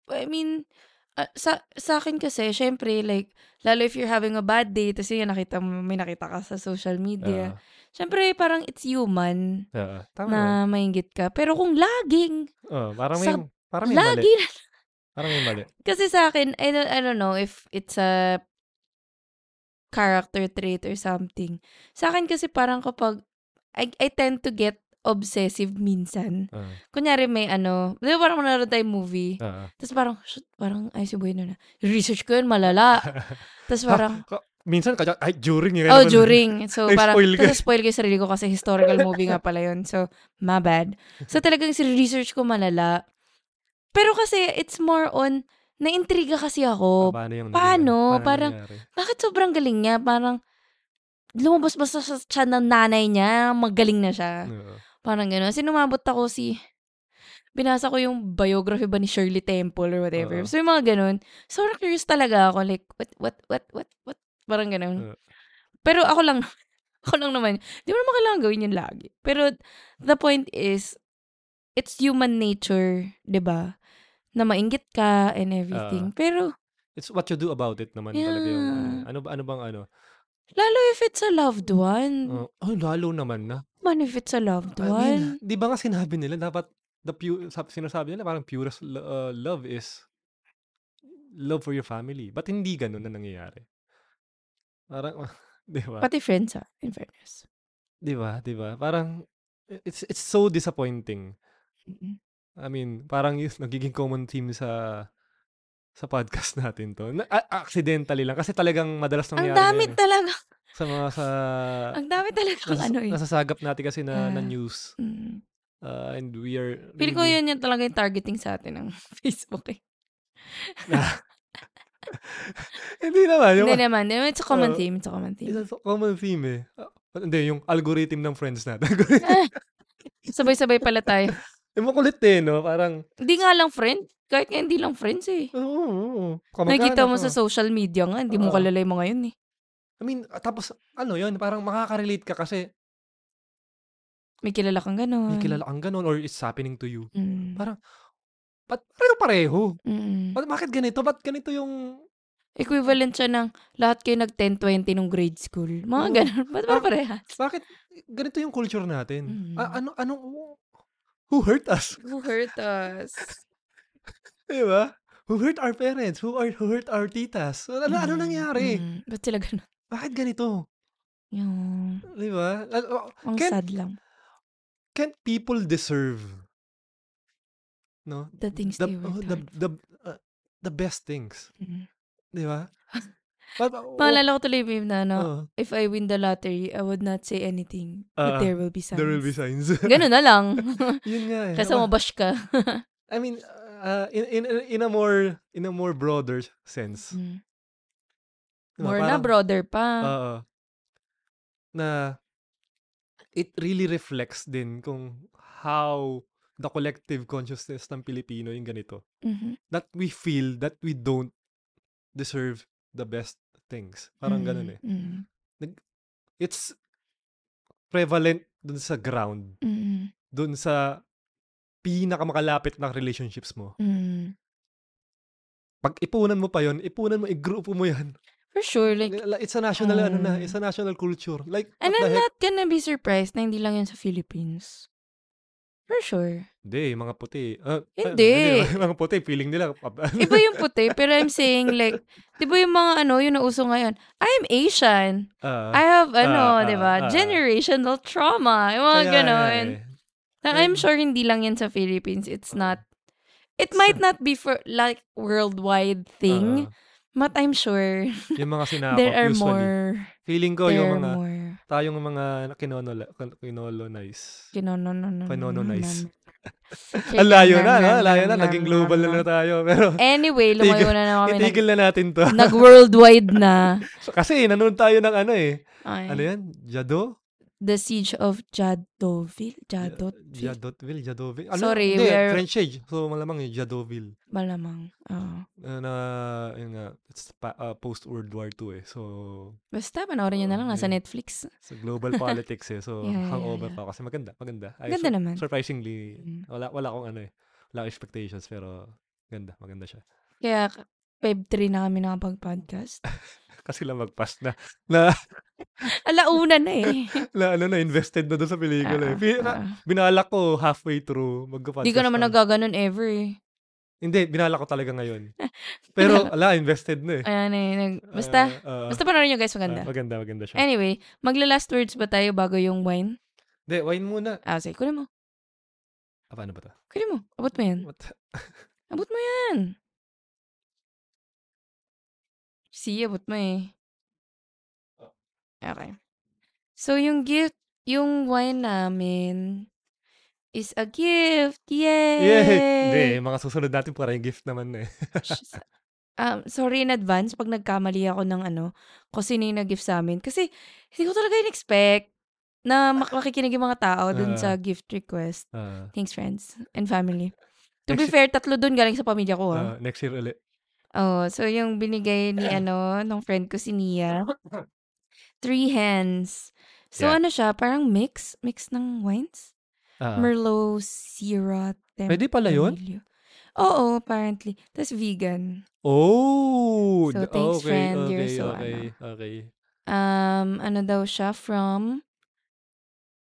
S3: I mean, ah, sa sa akin kasi, syempre, like, lalo if you're having a bad day, tapos yun, nakita mo, may nakita ka sa social
S2: Ah,
S3: media. syempre, parang it's human
S2: ah, tama naman.
S3: na mainggit ka. Pero kung laging,
S2: Oh, parang may
S3: sa-
S2: parang may mali.
S3: lagi na
S2: Parang may mali.
S3: Kasi sa akin, I don't, I don't know if it's a character trait or something. Sa akin kasi parang kapag, I, I tend to get obsessive minsan.
S2: Ah,
S3: Kunyari may ano, di ba parang manonood tayo movie,
S2: ah.
S3: tapos parang, shoot, parang, ay si Bueno na, research ko yun, malala. tapos parang,
S2: minsan kaya, ay, during. eh,
S3: Oh,
S2: naman-
S3: during. So, parang,
S2: Na-spoil ka.
S3: kasi spoil ko yung sarili ko kasi historical movie nga pala yun. So, my bad. So, talagang si research ko malala. Pero kasi, it's more on, naintriga kasi
S2: Ah,
S3: ako.
S2: paano yung
S3: Oh, paano?
S2: nangyari?
S3: Parang-
S2: nangyari?
S3: Bakit sobrang galing niya? Parang, lumabas basta sa siya ng nanay niya, magaling na siya.
S2: Oo.
S3: Parang gano'n. Sinumabot ako si... Binasa ko yung biography ba ni Shirley Temple or whatever.
S2: Oo.
S3: So, yung mga ganun. Sobrang curious talaga ako. Like, what, what, what, what, what? Parang ganun.
S2: Oo.
S3: Pero ako lang, ako lang naman. Di mo naman kailangan gawin yun lagi. Pero, the point is, it's human nature, di ba? Na mainggit ka and everything. Pero,
S2: It's what you do about it naman talaga yung, ano,
S3: Yeah.
S2: ano, ba- ano bang ano?
S3: lalo if it's a loved one.
S2: Oh, oh, lalo naman na.
S3: Man, if it's a loved
S2: I mean,
S3: one.
S2: di ba nga sinabi nila, dapat, the pu- sab- sinasabi nila, parang purest lo- uh, love is love for your family. But hindi ganun na nangyayari. Parang, di ba?
S3: Pati friends, ah, in fairness.
S2: Di ba? Di ba? Parang, it's, it's so disappointing.
S3: Mm-mm.
S2: I mean, parang yung nagiging common theme sa sa podcast natin to. Na, a- accidentally lang. Kasi talagang madalas
S3: Ang
S2: nangyayari
S3: dami
S2: na yan eh.
S3: talaga.
S2: Sa mga sa...
S3: Ang dami talaga ng
S2: nasas-
S3: ano eh.
S2: Nasasagap natin kasi na, na
S3: Ah.
S2: news.
S3: Mm.
S2: Uh, and we are...
S3: Pili ko
S2: really-
S3: yun yung talaga yung targeting sa atin ng Facebook eh.
S2: Hindi naman. Yung,
S3: Hindi naman. hindi naman. It's a common
S2: Oo.
S3: theme. It's a common theme.
S2: It's a common theme eh. Ah, hindi, yung algorithm ng friends natin.
S3: Sabay-sabay pala tayo.
S2: yung makulit eh, no? Parang, "Oh,
S3: Hindi nga lang friend. Kahit nga hindi lang friends eh.
S2: oo, oo, oo. Kamag-anak,
S3: Nakikita mo
S2: oo.
S3: sa social media nga, hindi mo
S2: Oo.
S3: kalalay mga yun eh.
S2: I mean, ah, tapos, ano yun, parang makaka-relate ka kasi
S3: May kilala kang ganun.
S2: may kilala kang ganun or it's happening to you.
S3: Mm.
S2: Parang- Ba't pareho-pareho?
S3: Mm.
S2: Ba't, bakit ganito? Ba't ganito yung...
S3: Equivalent siya ng lahat kayo nag 10-20 nung grade school. Mga
S2: Oo.
S3: ganun. Ba't ba
S2: Ah.
S3: parehas?
S2: Bakit ganito yung culture natin?
S3: Mm.
S2: Ah, ano, ano, who hurt us?
S3: Who hurt us?
S2: Di ba? Who hurt our parents? Who, are, who hurt our titas? Ano, ano
S3: Mm,
S2: nangyari?
S3: mm. Ba't sila ganun?
S2: Bakit ganito?
S3: Yung,
S2: Di ba? Al- oh,
S3: ang
S2: Ken-
S3: sad lang.
S2: Can't people deserve? No?
S3: The things
S2: The,
S3: they
S2: oh,
S3: worked
S2: the,
S3: hard
S2: the, uh, the best things.
S3: Mm.
S2: Di ba? Ba't- oh,
S3: Paalala ko tuloy, babe, na ano,
S2: oh,
S3: if I win the lottery, I would not say anything.
S2: Ah,
S3: but there will be signs.
S2: there will be signs.
S3: Ganun na lang.
S2: Yun nga eh.
S3: Kasi
S2: Oh,
S3: mabash ka.
S2: I mean, uh, in, in, in a more, in a more broader sense.
S3: Mm.
S2: Diba?
S3: More na
S2: Parang- Ah,
S3: brother pa.
S2: Oo. na it really reflects din kung how the collective consciousness ng Pilipino yung ganito.
S3: Mhm.
S2: That we feel that we don't deserve the best things. Parang
S3: Mm,
S2: ganun eh.
S3: mm,
S2: It's prevalent dun sa ground.
S3: mm,
S2: Dun sa pinakamakalapit ng relationships mo.
S3: mm.
S2: Pag ipunan mo pa yon, ipunan mo, igrupo mo yan.
S3: For sure, like,
S2: It's a national, ano na,
S3: Mm.
S2: it's a national culture. Like,
S3: and
S2: what the
S3: I'm
S2: heck?
S3: not gonna be surprised na hindi lang yun sa Philippines. For sure.
S2: Hindi, yung mga puti. Ah, ah,
S3: Hindi.
S2: yung mga puti, feeling nila.
S3: Iba yung puti, pero I'm saying like, di ba yung mga ano, yung nauso ngayon, I'm Asian.
S2: Ah,
S3: I have,
S2: ah,
S3: ano, di
S2: ah,
S3: ba,
S2: ah.
S3: generational trauma. Yung mga
S2: kaya nga
S3: ganun.
S2: eh.
S3: Na I'm sure hindi lang yan sa Philippines. It's
S2: Oo.
S3: not, it might not be for like worldwide
S2: Oo.
S3: thing, but I'm sure
S2: Ah, yung mga sinakop,
S3: there are
S2: usually.
S3: more.
S2: Feeling ko
S3: There
S2: yung
S3: are
S2: mga,
S3: more.
S2: tayong mga kinonol- kin- kinolonize.
S3: Kino, no, no, no, no, no, no,
S2: Kinononize.
S3: no.
S2: Ang layo na,
S3: Nom,
S2: no?
S3: nom,
S2: Layo
S3: nom,
S2: na, naging
S3: nom,
S2: global
S3: nom,
S2: na, na
S3: nom.
S2: tayo. Pero,
S3: Anyway, lumayo
S2: Itigil-
S3: na Eh, na kami. Nag,
S2: itigil na natin to.
S3: nag-worldwide na.
S2: So, kasi, nanonood tayo ng ano eh.
S3: Ay.
S2: Ano yan? Jado?
S3: The Siege of Jadoville? Jadotville?
S2: Jadotville? Jadoville? Ano?
S3: Sorry,
S2: Hindi,
S3: we are-
S2: French age. So, malamang eh, Jadoville.
S3: Malamang. Oo.
S2: Uh, na, yun nga, it's pa- uh, post-World War II eh. So,
S3: Basta, panoorin nyo na lang. Nasa
S2: Okay.
S3: Netflix.
S2: So global politics eh. So
S3: Yeah, yeah,
S2: hangover
S3: yeah.
S2: pa ako kasi maganda, maganda.
S3: Ganda
S2: sur-
S3: naman.
S2: Surprisingly,
S3: Mm.
S2: wala wala akong ano eh. Wala akong expectations pero ganda, maganda siya.
S3: Kaya, Feb 3 na kami nakapag-podcast.
S2: Kasi lang mag-pass na na,
S3: Alauna na eh.
S2: na ano na invested na doon sa pelikula. eh. Fi- na- Binalak ko halfway through magpa-podcast.
S3: Ah, Hindi ko naman
S2: na-
S3: nagaganon ever eh.
S2: Hindi, binalak ko talaga ngayon. Pero ala, invested na eh.
S3: Ayan eh. nag- basta,
S2: Ah, ah,
S3: basta panoorin nyo guys.
S2: ah,
S3: Maganda.
S2: maganda, maganda siya.
S3: Anyway, magla-last words ba tayo bago yung wine?
S2: Hindi, wine muna.
S3: Ah, sige, kunin mo.
S2: Ah, paano ba to?
S3: Kunin mo. Abot mo yan.
S2: What?
S3: Abot mo yan. See, abot mo eh. Okay. So, yung gift, yung wine namin is a gift. Yay!
S2: Yeah. Hindi, yung mga susunod natin parang yung gift naman eh.
S3: Sh- um, sorry in advance pag nagkamali ako ng ano, kung sino yung nag-gift sa amin. Kasi hindi ko talaga in-expect na mak- makikinig yung mga tao
S2: Ah.
S3: dun sa gift request.
S2: Ah,
S3: Thanks, friends and family. To be
S2: Next-
S3: fair, tatlo dun galing sa pamilya ko. Ah.
S2: ah, next year ulit.
S3: oh, so yung binigay ni ano, ng friend ko si Nia, three hands. So
S2: Yeah.
S3: ano siya, parang mix, mix ng wines?
S2: Ah,
S3: Merlot, Syrah, Tempranillo.
S2: Pwede pala yun?
S3: Oo, apparently. Tapos vegan.
S2: oh!
S3: So,
S2: d- okay,
S3: thanks, friend.
S2: Okay,
S3: You're so ano.
S2: okay, okay.
S3: Um, ano daw siya from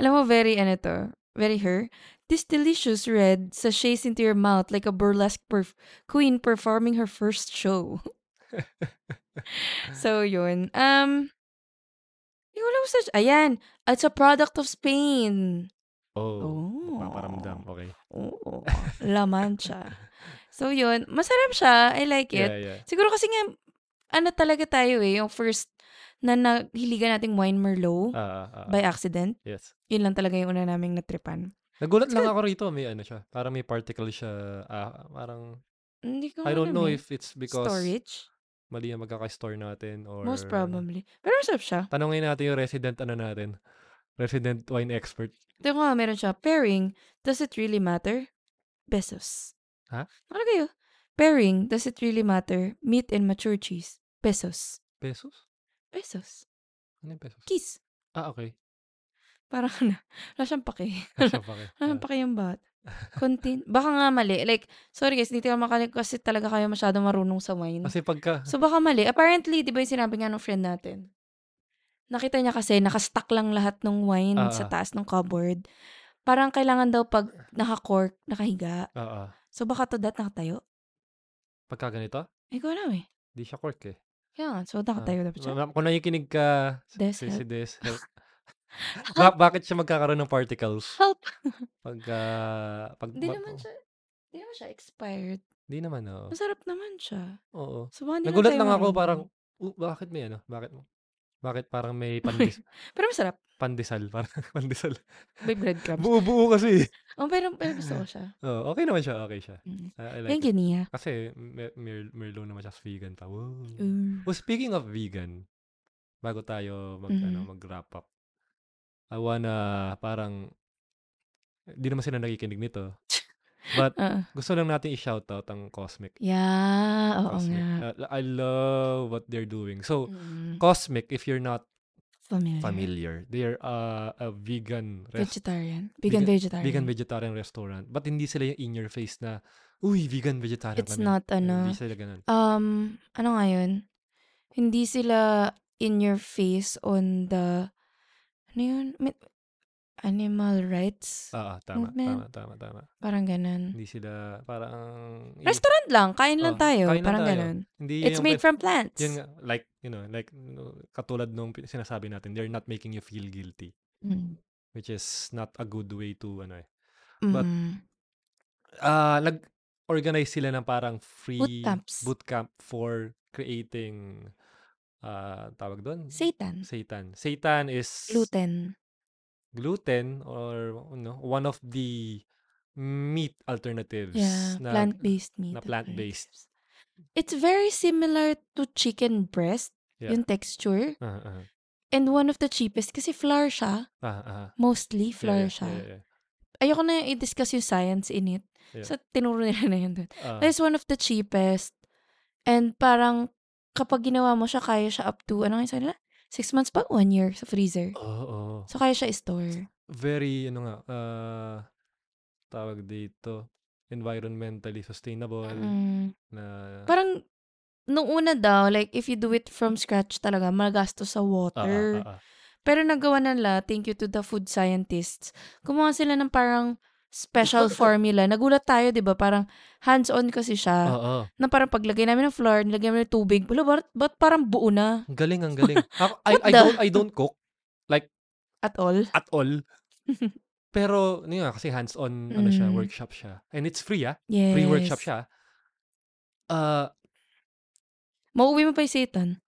S3: Alam mo very ano to, very her. This delicious red sachets into your mouth like a burlesque perf- queen performing her first show. so yun. Um yung alam mo sa- ayan, it's a product of Spain.
S2: Oh,
S3: Oh.
S2: paparamdam. Okay.
S3: Oo. La Mancha. so yun, masarap siya. I like it.
S2: Yeah, yeah.
S3: Siguro kasi nga, ano talaga tayo eh, yung first na nahiligan nating wine merlot
S2: Ah, ah, ah,
S3: by accident.
S2: yes.
S3: Yun lang talaga yung una naming natripan.
S2: Nagulat lang ako rito, may ano siya. Parang may particle siya. Ah, parang,
S3: Hindi ko
S2: I don't
S3: alam
S2: know
S3: eh.
S2: if it's because
S3: Storage?
S2: mali ang magkaka-store natin or... ano.
S3: Most probably. Pero masarap siya.
S2: Tanongin natin yung resident ano natin. Resident wine expert.
S3: Ito ko nga, meron siya. Pairing, does it really matter? Pesos.
S2: Ha?
S3: Nakalagay yun. Pairing, does it really matter? Meat and mature cheese. Pesos.
S2: Pesos?
S3: Pesos.
S2: Ano yung pesos?
S3: Kiss.
S2: Ah, okay.
S3: Parang ano, wala siyang pake.
S2: Kasya pa kayo.
S3: Ano
S2: Ah,
S3: pa kayong bat? Contin- baka nga mali. Like, sorry guys, hindi tayo makalik kasi talaga kayo masyado marunong sa wine.
S2: Kasi pagka...
S3: So baka mali. Apparently, di ba yung sinabi nga ng friend natin? Nakita niya kasi, nakastack lang lahat ng wine
S2: Ah,
S3: sa
S2: ah.
S3: taas ng cupboard. Parang kailangan daw pag naka-cork, nakahiga.
S2: Ah, ah.
S3: So baka to that nakatayo.
S2: Pagka ganito,
S3: Ay, ko alam eh.
S2: di siya cork eh.
S3: Kaya nga, so
S2: Ah,
S3: nakatayo dapat siya.
S2: ma- ma- Kung nakikinig ka, si-
S3: Des,
S2: si,
S3: help.
S2: si Des, help. Ba- bakit siya magkakaroon ng particles?
S3: Help!
S2: Pagka... Pag,
S3: Hindi
S2: ma-
S3: naman siya, hindi naman siya expired.
S2: Di naman, oo.
S3: Masarap naman siya.
S2: Oo.
S3: So baka hindi
S2: Oh. Nagulat
S3: tayo
S2: lang ako,
S3: marunong.
S2: parang, "Uh, bakit may ano? Bakit mo? Bakit parang may pandis,
S3: Pero masarap.
S2: pandesal? Parang pandesal.
S3: May breadcrumbs.
S2: Buo-buo kasi. eh.
S3: oh, pero, pero gusto ko siya.
S2: Oo, okay naman siya, okay siya.
S3: Mm.
S2: Ah, I like
S3: Thank
S2: it.
S3: you, Nia.
S2: Kasi mer- mer- merlot naman siya, tapos vegan pa. Wow.
S3: Ooh.
S2: Well, speaking of vegan, bago tayo mag, ano,
S3: Mhm.
S2: mag-wrap up, I wanna, parang, di naman sila nakikinig nito. But,
S3: Ah,
S2: gusto lang natin i-shoutout ang Cosmic.
S3: yeah, oo
S2: Cosmic.
S3: nga.
S2: Uh, I love what they're doing. So,
S3: Mm.
S2: Cosmic, if you're not
S3: Familiar.
S2: familiar, they're uh, a vegan rest-
S3: Vegetarian. Vegan, vegetarian.
S2: vegan vegetarian restaurant. But hindi sila yung in your face na, uy, vegan vegetarian
S3: It's
S2: kami.
S3: not, ano,
S2: Hindi sila ganun.
S3: um, ano nga yun? Hindi sila in your face on the, ano yun? Mi- Animal rights?
S2: Ah, ah, tama, tama,
S3: movement.
S2: tama, tama.
S3: Parang ganun.
S2: Hindi sila parang
S3: Restaurant lang. Kain lang
S2: Oh,
S3: tayo.
S2: Mm. kain lang
S3: parang
S2: tayo.
S3: ganun.
S2: hindi
S3: It's
S2: yung-
S3: made from plants.
S2: yun nga, like, you know, like no, katulad nung pin- sinasabi natin, they're not making you feel guilty,
S3: Mm.
S2: which is not a good way to ano eh. But-
S3: Mm.
S2: Ah, nag-organize sila ng parang free
S3: Bootcamps.
S2: bootcamp for creating ah tawag doon?
S3: Satan.
S2: Satan. Satan is
S3: Gluten.
S2: gluten or no, one of the meat alternatives
S3: Yeah,
S2: na
S3: plant-based meat.
S2: na plant-based.
S3: alternatives. It's very similar to chicken breast,
S2: Yeah.
S3: yung texture.
S2: Ah, ah,
S3: And one of the cheapest, kasi flour siya,
S2: ah, ah. Yeah,
S3: mostly
S2: yeah,
S3: flour
S2: yeah,
S3: siya.
S2: yeah, yeah.
S3: Ayoko na yung i-discuss yung science in it.
S2: Yeah.
S3: So, tinuro nila na yun dun.
S2: Ah,
S3: But it's one of the cheapest. And parang, kapag ginawa mo siya, kaya siya up to, ano nga yung sabi nila? Six months pa? One year sa freezer.
S2: oo, oo.
S3: So, kaya siya store.
S2: Very, ano nga, ah, tawag dito, environmentally sustainable
S3: Mm.
S2: na,
S3: Parang, nung una daw, like, if you do it from scratch talaga, magastos
S2: ah, ah,
S3: sa water.
S2: ah, ah.
S3: Pero nagawa na nila, thank you to the food scientists, gumawa sila ng parang special formula. Nagulat tayo, di ba? Parang hands-on kasi
S2: Oo,
S3: siya.
S2: oo.
S3: Na parang paglagay namin ng flour, nilagay namin ng tubig. Wala, ba't, ba't parang buo na
S2: Ang galing, ang galing. Ako, I,
S3: What
S2: I
S3: the-
S2: don't, I don't cook
S3: at all?
S2: at all. Pero, yun nga, kasi hands-on, ano siya,
S3: Mm.
S2: workshop siya. And it's free, ah.
S3: Yes.
S2: Free workshop siya. ah. Ah,
S3: Mauwi mo pa yung Satan.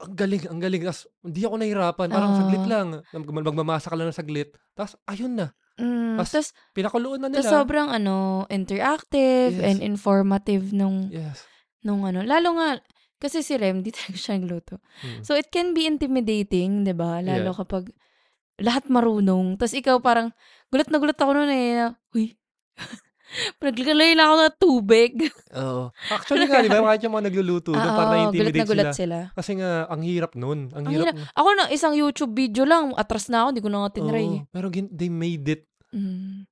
S2: ang galing, ang galing. Tapos, hindi ako nahirapan. Parang saglit
S3: Oo.
S2: lang. Mag- Magmamasa ka lang ng saglit. Tapos, ayun na.
S3: Mm,
S2: Tas-
S3: tas-
S2: Pinakuluan na
S3: tas
S2: nila.
S3: sobrang ano, interactive
S2: Yes.
S3: and informative nung,
S2: yes.
S3: nung ano. Lalo nga, kasi si Rem, di talaga siya nagluto.
S2: Mm.
S3: So, it can be intimidating, di ba? Lalo
S2: Yeah.
S3: kapag lahat marunong. Tapos ikaw parang, gulat na gulat ako noon eh. na, Uy, nagkalay lang ako ng tubig.
S2: Oo. Actually nga, di ba? Kahit yung mga nagluluto, doon parang
S3: Oo, gulat na
S2: na-intimidate
S3: gulat
S2: sila.
S3: sila.
S2: Kasi nga, ang hirap nun. Ang,
S3: Ang
S2: hirap.
S3: hirap. Ako na, isang YouTube video lang, atras na ako, hindi ko na nga tinry.
S2: Oo. pero gin- they made it
S3: eh. Mm,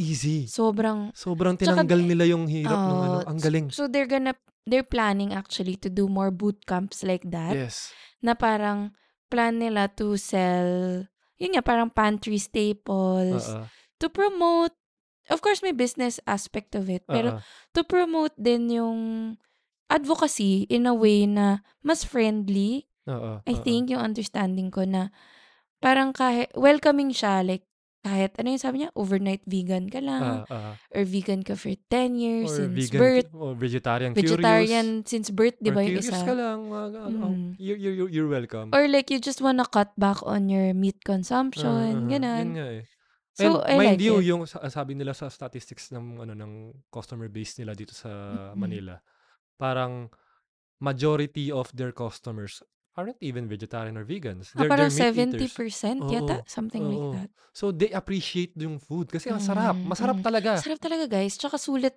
S2: easy.
S3: sobrang,
S2: Sobrang
S3: Tsaka-
S2: tinanggal nila yung hirap ng ano.
S3: Oo,
S2: Ang galing.
S3: so they're gonna, they're planning actually to do more boot camps like that.
S2: Yes.
S3: Na parang, plan nila to sell, yun nga, parang pantry staples,
S2: Oo.
S3: to promote of course may business aspect of it pero
S2: Oo.
S3: to promote din yung advocacy in a way na mas friendly
S2: Oo.
S3: I
S2: Oo.
S3: think yung understanding ko na parang kahit welcoming siya like kahit ano yung sabi niya overnight vegan ka
S2: Ah,
S3: lang
S2: ah.
S3: or vegan ka for 10 years
S2: Or
S3: since
S2: vegan,
S3: birth
S2: cu- or vegetarian, curious.
S3: vegetarian since birth di
S2: Or
S3: ba yung
S2: curious
S3: isa
S2: ka lang. mga ga- ano,
S3: Mm.
S2: you're, you're, you're- you're welcome.
S3: or like you just wanna cut back on your meat
S2: Ah, ah,
S3: consumption
S2: ah. Yun
S3: ganun
S2: nga eh.
S3: so
S2: And
S3: I
S2: mind
S3: like
S2: you,
S3: it
S2: yung sa- sabi nila sa statistics ng ano ng customer base nila dito sa
S3: Mhm.
S2: Manila, parang majority of their customers aren't even vegetarian or vegans.
S3: Ah,
S2: They're,
S3: parang
S2: they're meat
S3: 70%
S2: eaters.
S3: yata,
S2: Oo,
S3: something like
S2: oo.
S3: that.
S2: So they appreciate yung food kasi ang sarap.
S3: Mm,
S2: Masarap
S3: mm.
S2: talaga.
S3: Sarap talaga, guys. Tsaka sulit.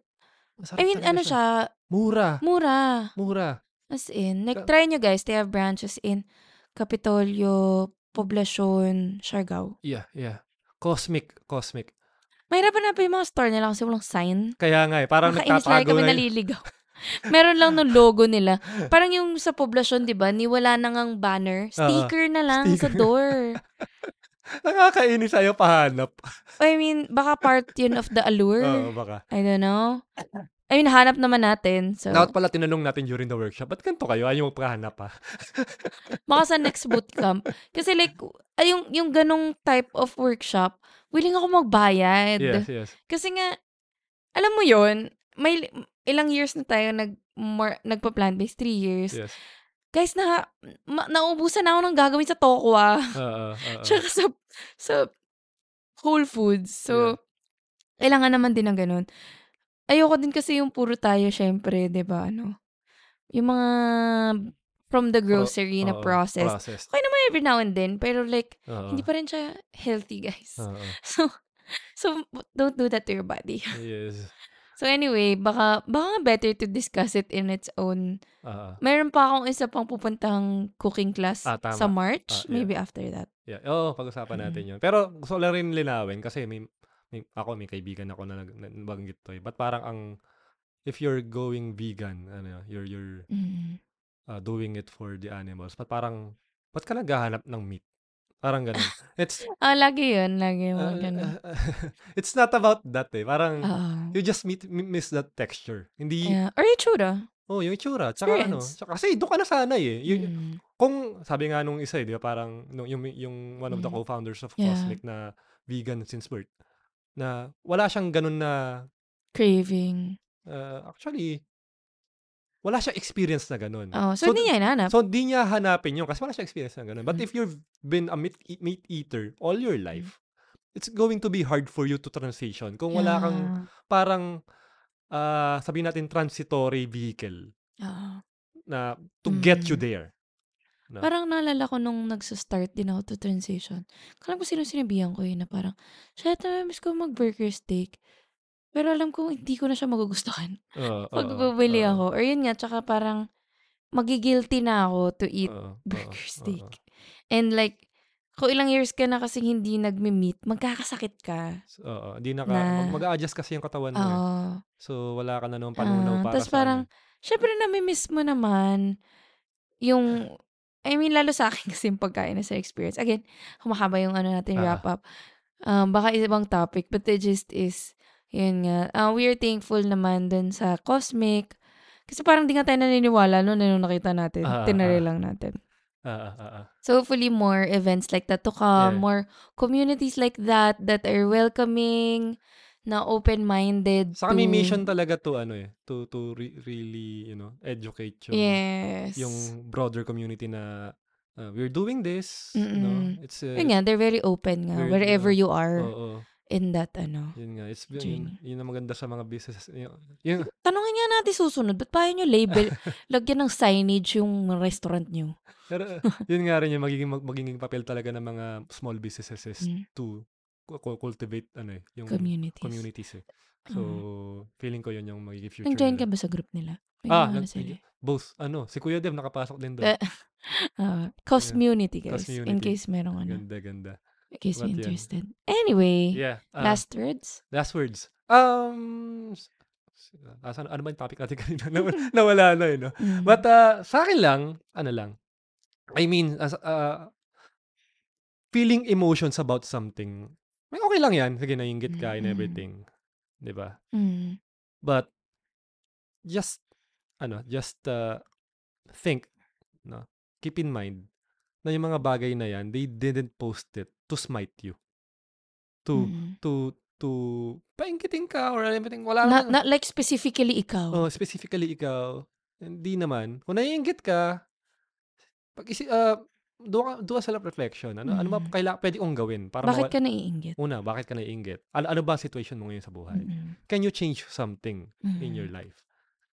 S2: Masarap
S3: I mean,
S2: Ah. talaga
S3: ano siya,
S2: Mura.
S3: mura.
S2: Mura.
S3: As in,
S2: Ka-
S3: like, try nyo, guys. They have branches in Capitolio, Poblacion, Siargao.
S2: Yeah, yeah. Cosmic, cosmic.
S3: Mahirapan na pa yung mga store nila kasi walang sign.
S2: Kaya nga eh, parang
S3: Nakainis lagi
S2: nagtatago
S3: kami
S2: na yun.
S3: naliligaw. Meron lang nung logo nila. Parang yung sa poblasyon, di ba? Niwala na ngang banner. Sticker na lang sa
S2: sticker.
S3: door.
S2: Nakakainis sa'yo pahanap.
S3: I mean, baka part yun of the allure.
S2: Oo, baka.
S3: I don't know. I mean, hanap naman natin. So,
S2: Dapat pala tinanong natin during the workshop, ba't ganito kayo? Ayaw mo ah?" pahanap ha?
S3: Baka sa next bootcamp. Kasi like, ay, yung, yung ganong type of workshop, willing ako magbayad.
S2: Yes, yes.
S3: Kasi nga, alam mo yon may ilang years na tayo nag, more, nagpa-plant-based, three years.
S2: Yes.
S3: Guys, na, ma, naubusan na ako ng gagawin sa Tokwa.
S2: Oo, oo, oo.
S3: Tsaka sa, sa Whole Foods. So, kailangan naman din ng ganun. Ayoko din kasi yung puro tayo, syempre, 'di ba ano? Yung mga from the
S2: Pro-
S3: grocery
S2: Oo,
S3: na processed.
S2: Processed.
S3: Okay naman every now and then, pero like,
S2: Oo,
S3: hindi pa rin siya healthy, guys.
S2: oo.
S3: So, so don't do that to your body.
S2: Yes.
S3: So anyway, baka, baka nga better to discuss it in its own.
S2: Oo.
S3: Meron pa akong isa pang pupuntang cooking class
S2: Ah, tama.
S3: sa March,
S2: Ah, yeah.
S3: maybe after that.
S2: Yeah. Oo, pag-usapan natin yun. Pero gusto ko lang rin linawin kasi may, may- ako, may kaibigan ako na nag- na- nabanggit to eh. But parang ang, if you're going vegan, ano, you're, you're
S3: Mm.
S2: uh, doing it for the animals. But parang, ba't ka naghahanap ng meat? Parang ganun. It's,
S3: Ah, lagi yun. Lagi yung mga
S2: uh,
S3: ganun. Ah,
S2: it's not about that eh. Parang,
S3: Oo.
S2: you just meet, mi- miss that texture. Hindi,
S3: Yeah. Or itsura.
S2: oh, yung itsura. Tsaka ano,
S3: Experience.
S2: tsaka, kasi doon ka nasanay eh. You-
S3: Mm.
S2: Kung, sabi nga nung isa eh, di ba, parang, nung, yung, yung one of the
S3: Mm.
S2: co-founders of
S3: Yeah.
S2: Cosmic na vegan since birth, na wala siyang ganun na,
S3: Craving.
S2: uh, actually, wala siyang experience na ganun.
S3: Oh, so, hindi niya hinahanap.
S2: So, di niya hanapin yun kasi wala siya experience na ganun. But
S3: Mm.
S2: if you've been a meat, e- meat eater all your life, it's going to be hard for you to transition. Kung wala kang
S3: Yeah.
S2: parang, ah, sabihin natin, transitory vehicle
S3: Oo.
S2: na to get you
S3: Mm.
S2: there. No.
S3: Parang naalala ko nung nagsa-start din ako to transition. Kala ko sino sinabihan ko yun na parang, shit, namimiss ko mag-burger steak. Pero alam ko, hindi ko na siya magugustuhan.
S2: Oo,
S3: Pag
S2: oo,
S3: bubili
S2: oo,
S3: ako. Or yun nga, tsaka parang magigilty na ako to eat
S2: oo, oo,
S3: burger
S2: oo.
S3: steak. And like, kung ilang years ka na kasi hindi nagme-meet, magkakasakit ka.
S2: So, Oo, di naka,
S3: Na-
S2: mag- mag-a-adjust kasi yung katawan mo eh.
S3: Oo.
S2: So, wala ka na nung panunaw
S3: Ah,
S2: para sa
S3: tas parang,
S2: ano eh.
S3: syempre nami-miss mo naman yung, I mean, lalo sa akin kasi yung pagkain na sa experience. Again, humahaba yung ano
S2: Ah.
S3: natin, wrap up. Um, baka ibang topic, but the gist is, yun nga. Ah, we are thankful naman dun sa Cosmic. Kasi parang di nga tayo naniniwala no, na nung nakita natin.
S2: Ah,
S3: Tinari
S2: ah.
S3: lang natin.
S2: Ah, ah, ah, ah.
S3: So hopefully more events like that to
S2: Yeah.
S3: come, more communities like that that are welcoming, na open-minded
S2: Sa kami
S3: to-
S2: mission talaga to ano eh, to to re- really, you know, educate yung
S3: Yes.
S2: yung broader community na uh, we're doing this, no?
S3: Mm-mm.
S2: It's uh,
S3: Yun nga, they're very open nga,
S2: Very,
S3: wherever
S2: uh,
S3: you are
S2: oo,
S3: in that ano.
S2: yun nga. It's yun,
S3: Journey.
S2: yun ang maganda sa mga business. Yun, yun,
S3: Tanungin nga natin susunod, ba't paano nyo label, lagyan ng signage yung restaurant nyo?
S2: pero, yun nga rin yung magiging, mag- magiging papel talaga ng mga small businesses is
S3: Mm.
S2: to cu- cu- cultivate ano eh, yung communities,
S3: Communities. Ah.
S2: eh. So, feeling ko yun yung magiging future.
S3: Nag-join ka
S2: nila.
S3: ba sa group nila? May
S2: Ah,
S3: mga ano
S2: nag-
S3: sila eh.
S2: Both, ano, si Kuya Dev nakapasok din
S3: Eh,
S2: doon.
S3: Ah, Cosmunity, guys. In
S2: Cosmunity.
S3: case merong ano.
S2: Ganda, ganda.
S3: In case
S2: What
S3: you're
S2: yan?
S3: interested. Anyway,
S2: Yeah. ah, last,
S3: last words?
S2: words. Um, s- s- ah, saan- ano ba yung topic natin kanina? Naw- Nawala na eh, no?
S3: Mm.
S2: But uh, sa akin lang, ano lang, I mean, as, uh, feeling emotions about something, may okay lang yan. Sige, nainggit ka and
S3: Mm.
S2: everything. 'Di ba?
S3: Mm.
S2: But, just, ano, just uh, think, no? keep in mind, na yung mga bagay na yan, they didn't post it to smite you. To,
S3: Mm.
S2: to, to, paingkiting ka or anything. Wala
S3: Not,
S2: namang-
S3: not like specifically ikaw.
S2: Oh, specifically ikaw. Hindi naman. Kung naiinggit ka, pag isi, uh, doon ka, doon ka sa reflection. Ano, ano ba
S3: Mm.
S2: kaila, pwede kong gawin? Para mawala-
S3: Bakit ka naiinggit?
S2: Una, bakit ka naiinggit? Ano, ano ba ang situation mo ngayon sa buhay?
S3: Mm.
S2: Can you change something
S3: Mm.
S2: in your life?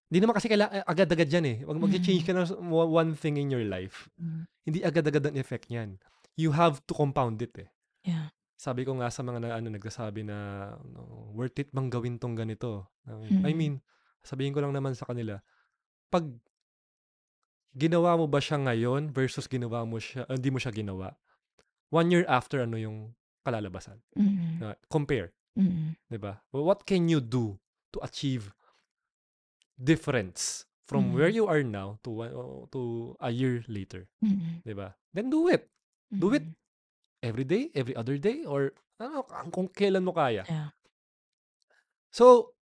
S2: Hindi naman kasi kaila, eh, agad-agad yan eh. Mag, mag-change
S3: Mm-hmm.
S2: ka na sa wa- one thing in your life.
S3: Mm.
S2: Hindi agad-agad ang effect niyan. You have to compound it eh.
S3: Yeah.
S2: Sabi ko nga sa mga na, ano, nagsasabi na no, worth it bang gawin tong ganito? I
S3: Mm.
S2: mean, sabihin ko lang naman sa kanila, pag ginawa mo ba siya ngayon versus ginawa mo siya, ah, hindi mo siya ginawa, one year after ano yung kalalabasan.
S3: Mm.
S2: Na- compare,
S3: Mm.
S2: 'di ba? Well, what can you do to achieve difference from
S3: Mm.
S2: where you are now to one- oh, to a year later,
S3: Mm.
S2: 'di ba? Then do it. Do it.
S3: Mm.
S2: Every day, every other day or ano, kung kailan mo kaya.
S3: Yeah.
S2: So,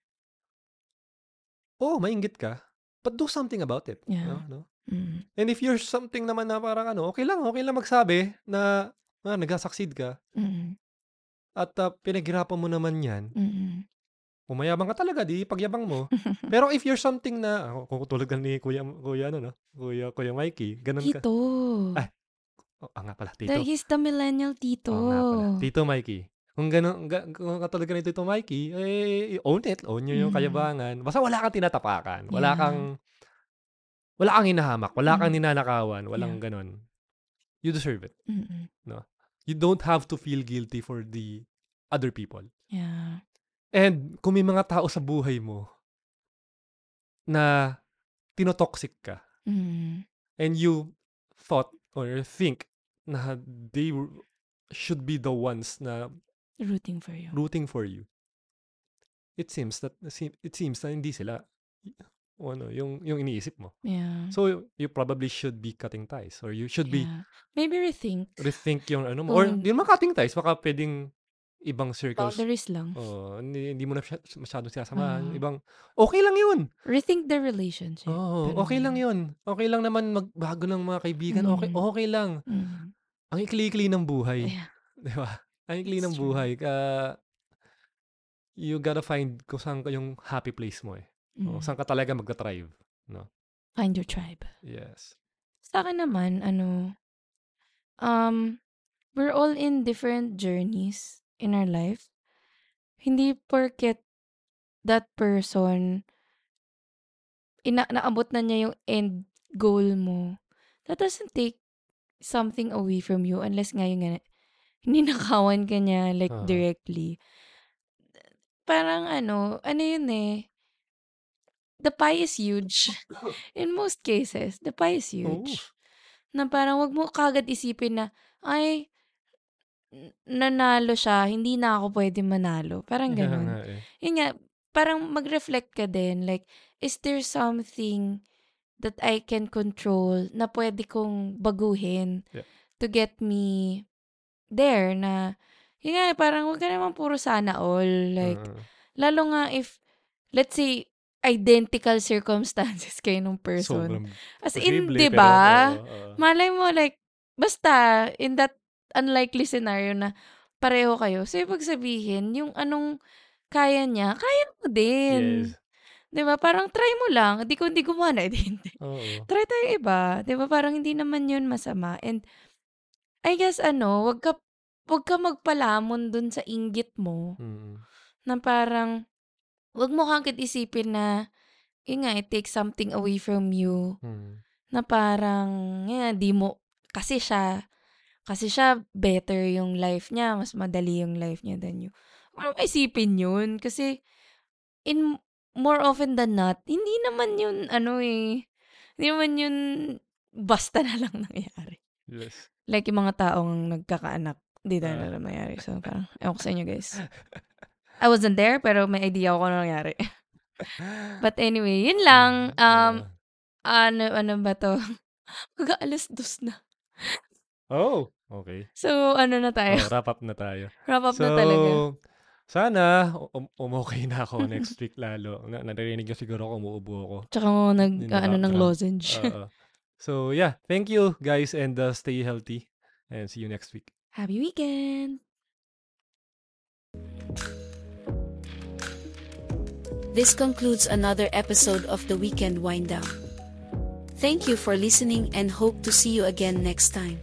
S2: oh, mainggit ka, but do something about it.
S3: Yeah.
S2: No? No?
S3: Mm.
S2: And if you're something naman na parang ano, okay lang, okay lang magsabi na ah, nag-succeed ka
S3: Mm.
S2: at ah, pinaghirapan mo naman yan,
S3: Mm.
S2: umayabang ka talaga, di pagyabang mo. Pero if you're something na, ah, kung tulad ka ni Kuya, Kuya, ano, no? Kuya, Kuya Mikey, ganun ka.
S3: Tito.
S2: Ah, Oh, ah, nga pala, Tito.
S3: The- He's the millennial Tito.
S2: Oo nga pala. Tito Mikey. Kung gano'n, ga, kung katulad ka ni Tito Mikey, eh, own it. Own nyo yung
S3: Mm.
S2: kayabangan. Basta wala kang tinatapakan. Wala
S3: Yeah.
S2: kang, wala kang hinahamak. Wala kang
S3: Mm.
S2: ninanakawan. Walang gano'n. You deserve it.
S3: Mm-mm.
S2: You don't have to feel guilty for the other people.
S3: Yeah.
S2: And kung may mga tao sa buhay mo na tinotoxic ka
S3: Mm.
S2: and you thought or think na they were- should be the ones na
S3: Rooting for you.
S2: rooting for you. It seems that se- it seems na hindi sila y- o ano, yung yung iniisip mo.
S3: Yeah.
S2: So you, you probably should be cutting ties or you should
S3: yeah. Maybe rethink.
S2: be rethink yung ano mo or
S3: Kung-
S2: hindi naman cutting ties baka pwedeng ibang circles.
S3: Boundaries lang.
S2: Oh, hindi, hindi mo na siya- masyadong sinasamahan.
S3: Ah.
S2: Ibang, okay lang yun.
S3: Rethink the relationship.
S2: Oo,
S3: Parang
S2: okay lang yun. Okay lang naman magbago ng mga kaibigan. Okay,
S3: Mm.
S2: okay lang.
S3: Mm.
S2: Ang ikli-ikli ng buhay.
S3: Yeah.
S2: Di ba? Ang ikli ng
S3: That's true.
S2: buhay. Ka, you gotta find kung saan ka yung happy place mo eh. O,
S3: Mm.
S2: saan ka talaga magta-thrive.
S3: Find your tribe.
S2: Yes.
S3: Sa akin naman, ano, um, we're all in different journeys in our life. Hindi porket that person ina naabot na niya yung end goal mo. That doesn't take something away from you unless nga yung nga, ninakawan ka niya like
S2: Ah.
S3: directly. Parang ano, ano yun eh, the pie is huge. In most cases, the pie is huge. Na parang wag mo kagad isipin na, ay, n- nanalo siya, hindi na ako pwede manalo. Parang
S2: Yeah
S3: ganun
S2: nga eh.
S3: yun nga, parang mag-reflect ka din. Like, is there something that I can control na pwede kong baguhin
S2: Yeah.
S3: to get me there na, yun nga, parang huwag ka naman puro sana all. Like,
S2: Uh,
S3: lalo nga if, let's say, identical circumstances kayo nung
S2: sobrang
S3: person. As in,
S2: posible,
S3: di
S2: pero,
S3: ba?
S2: oo, oo.
S3: Malay mo, like, basta, in that unlikely scenario na pareho kayo. So, ibig sabihin, yung anong kaya niya, kaya mo din.
S2: Yes.
S3: 'Di ba? Parang try mo lang. Hindi ko hindi gumana, edi hindi.
S2: Oo.
S3: Try tayo iba. 'Di ba? Parang hindi naman 'yun masama. And I guess ano, wag ka wag ka magpalamon dun sa inggit mo
S2: Mm.
S3: na parang wag mo kagad isipin na yun nga, it takes something away from you
S2: Mm.
S3: na parang, yeah, di mo, kasi siya, kasi siya better yung life niya, mas madali yung life niya than you. Huwag mo isipin yun kasi in more often than not, hindi naman yun, ano eh, hindi naman yun basta na lang nangyari.
S2: Yes.
S3: Like yung mga taong nagkakaanak, hindi
S2: Ah.
S3: na lang nangyari. So parang, ewan ko sa inyo guys. I wasn't there, pero may idea ako na nangyari. But anyway, yun lang.
S2: Mm,
S3: Um, ano, ano ba to? Mga alas dos na.
S2: oh, okay.
S3: So, ano na tayo?
S2: Oh, wrap up na tayo.
S3: Wrap up
S2: so,
S3: na talaga.
S2: Sana um, umokay na ako next week lalo. Na, naririnig niyo siguro ako umuubo ako.
S3: Tsaka mo nag,
S2: Yun na,
S3: ah, ano, ng
S2: grabe.
S3: lozenge.
S2: Oo. so, yeah. Thank you, guys, and uh, stay healthy. And see you next week.
S3: Happy weekend!
S1: This concludes another episode of the Weekend Wind Down. Thank you for listening and hope to see you again next time.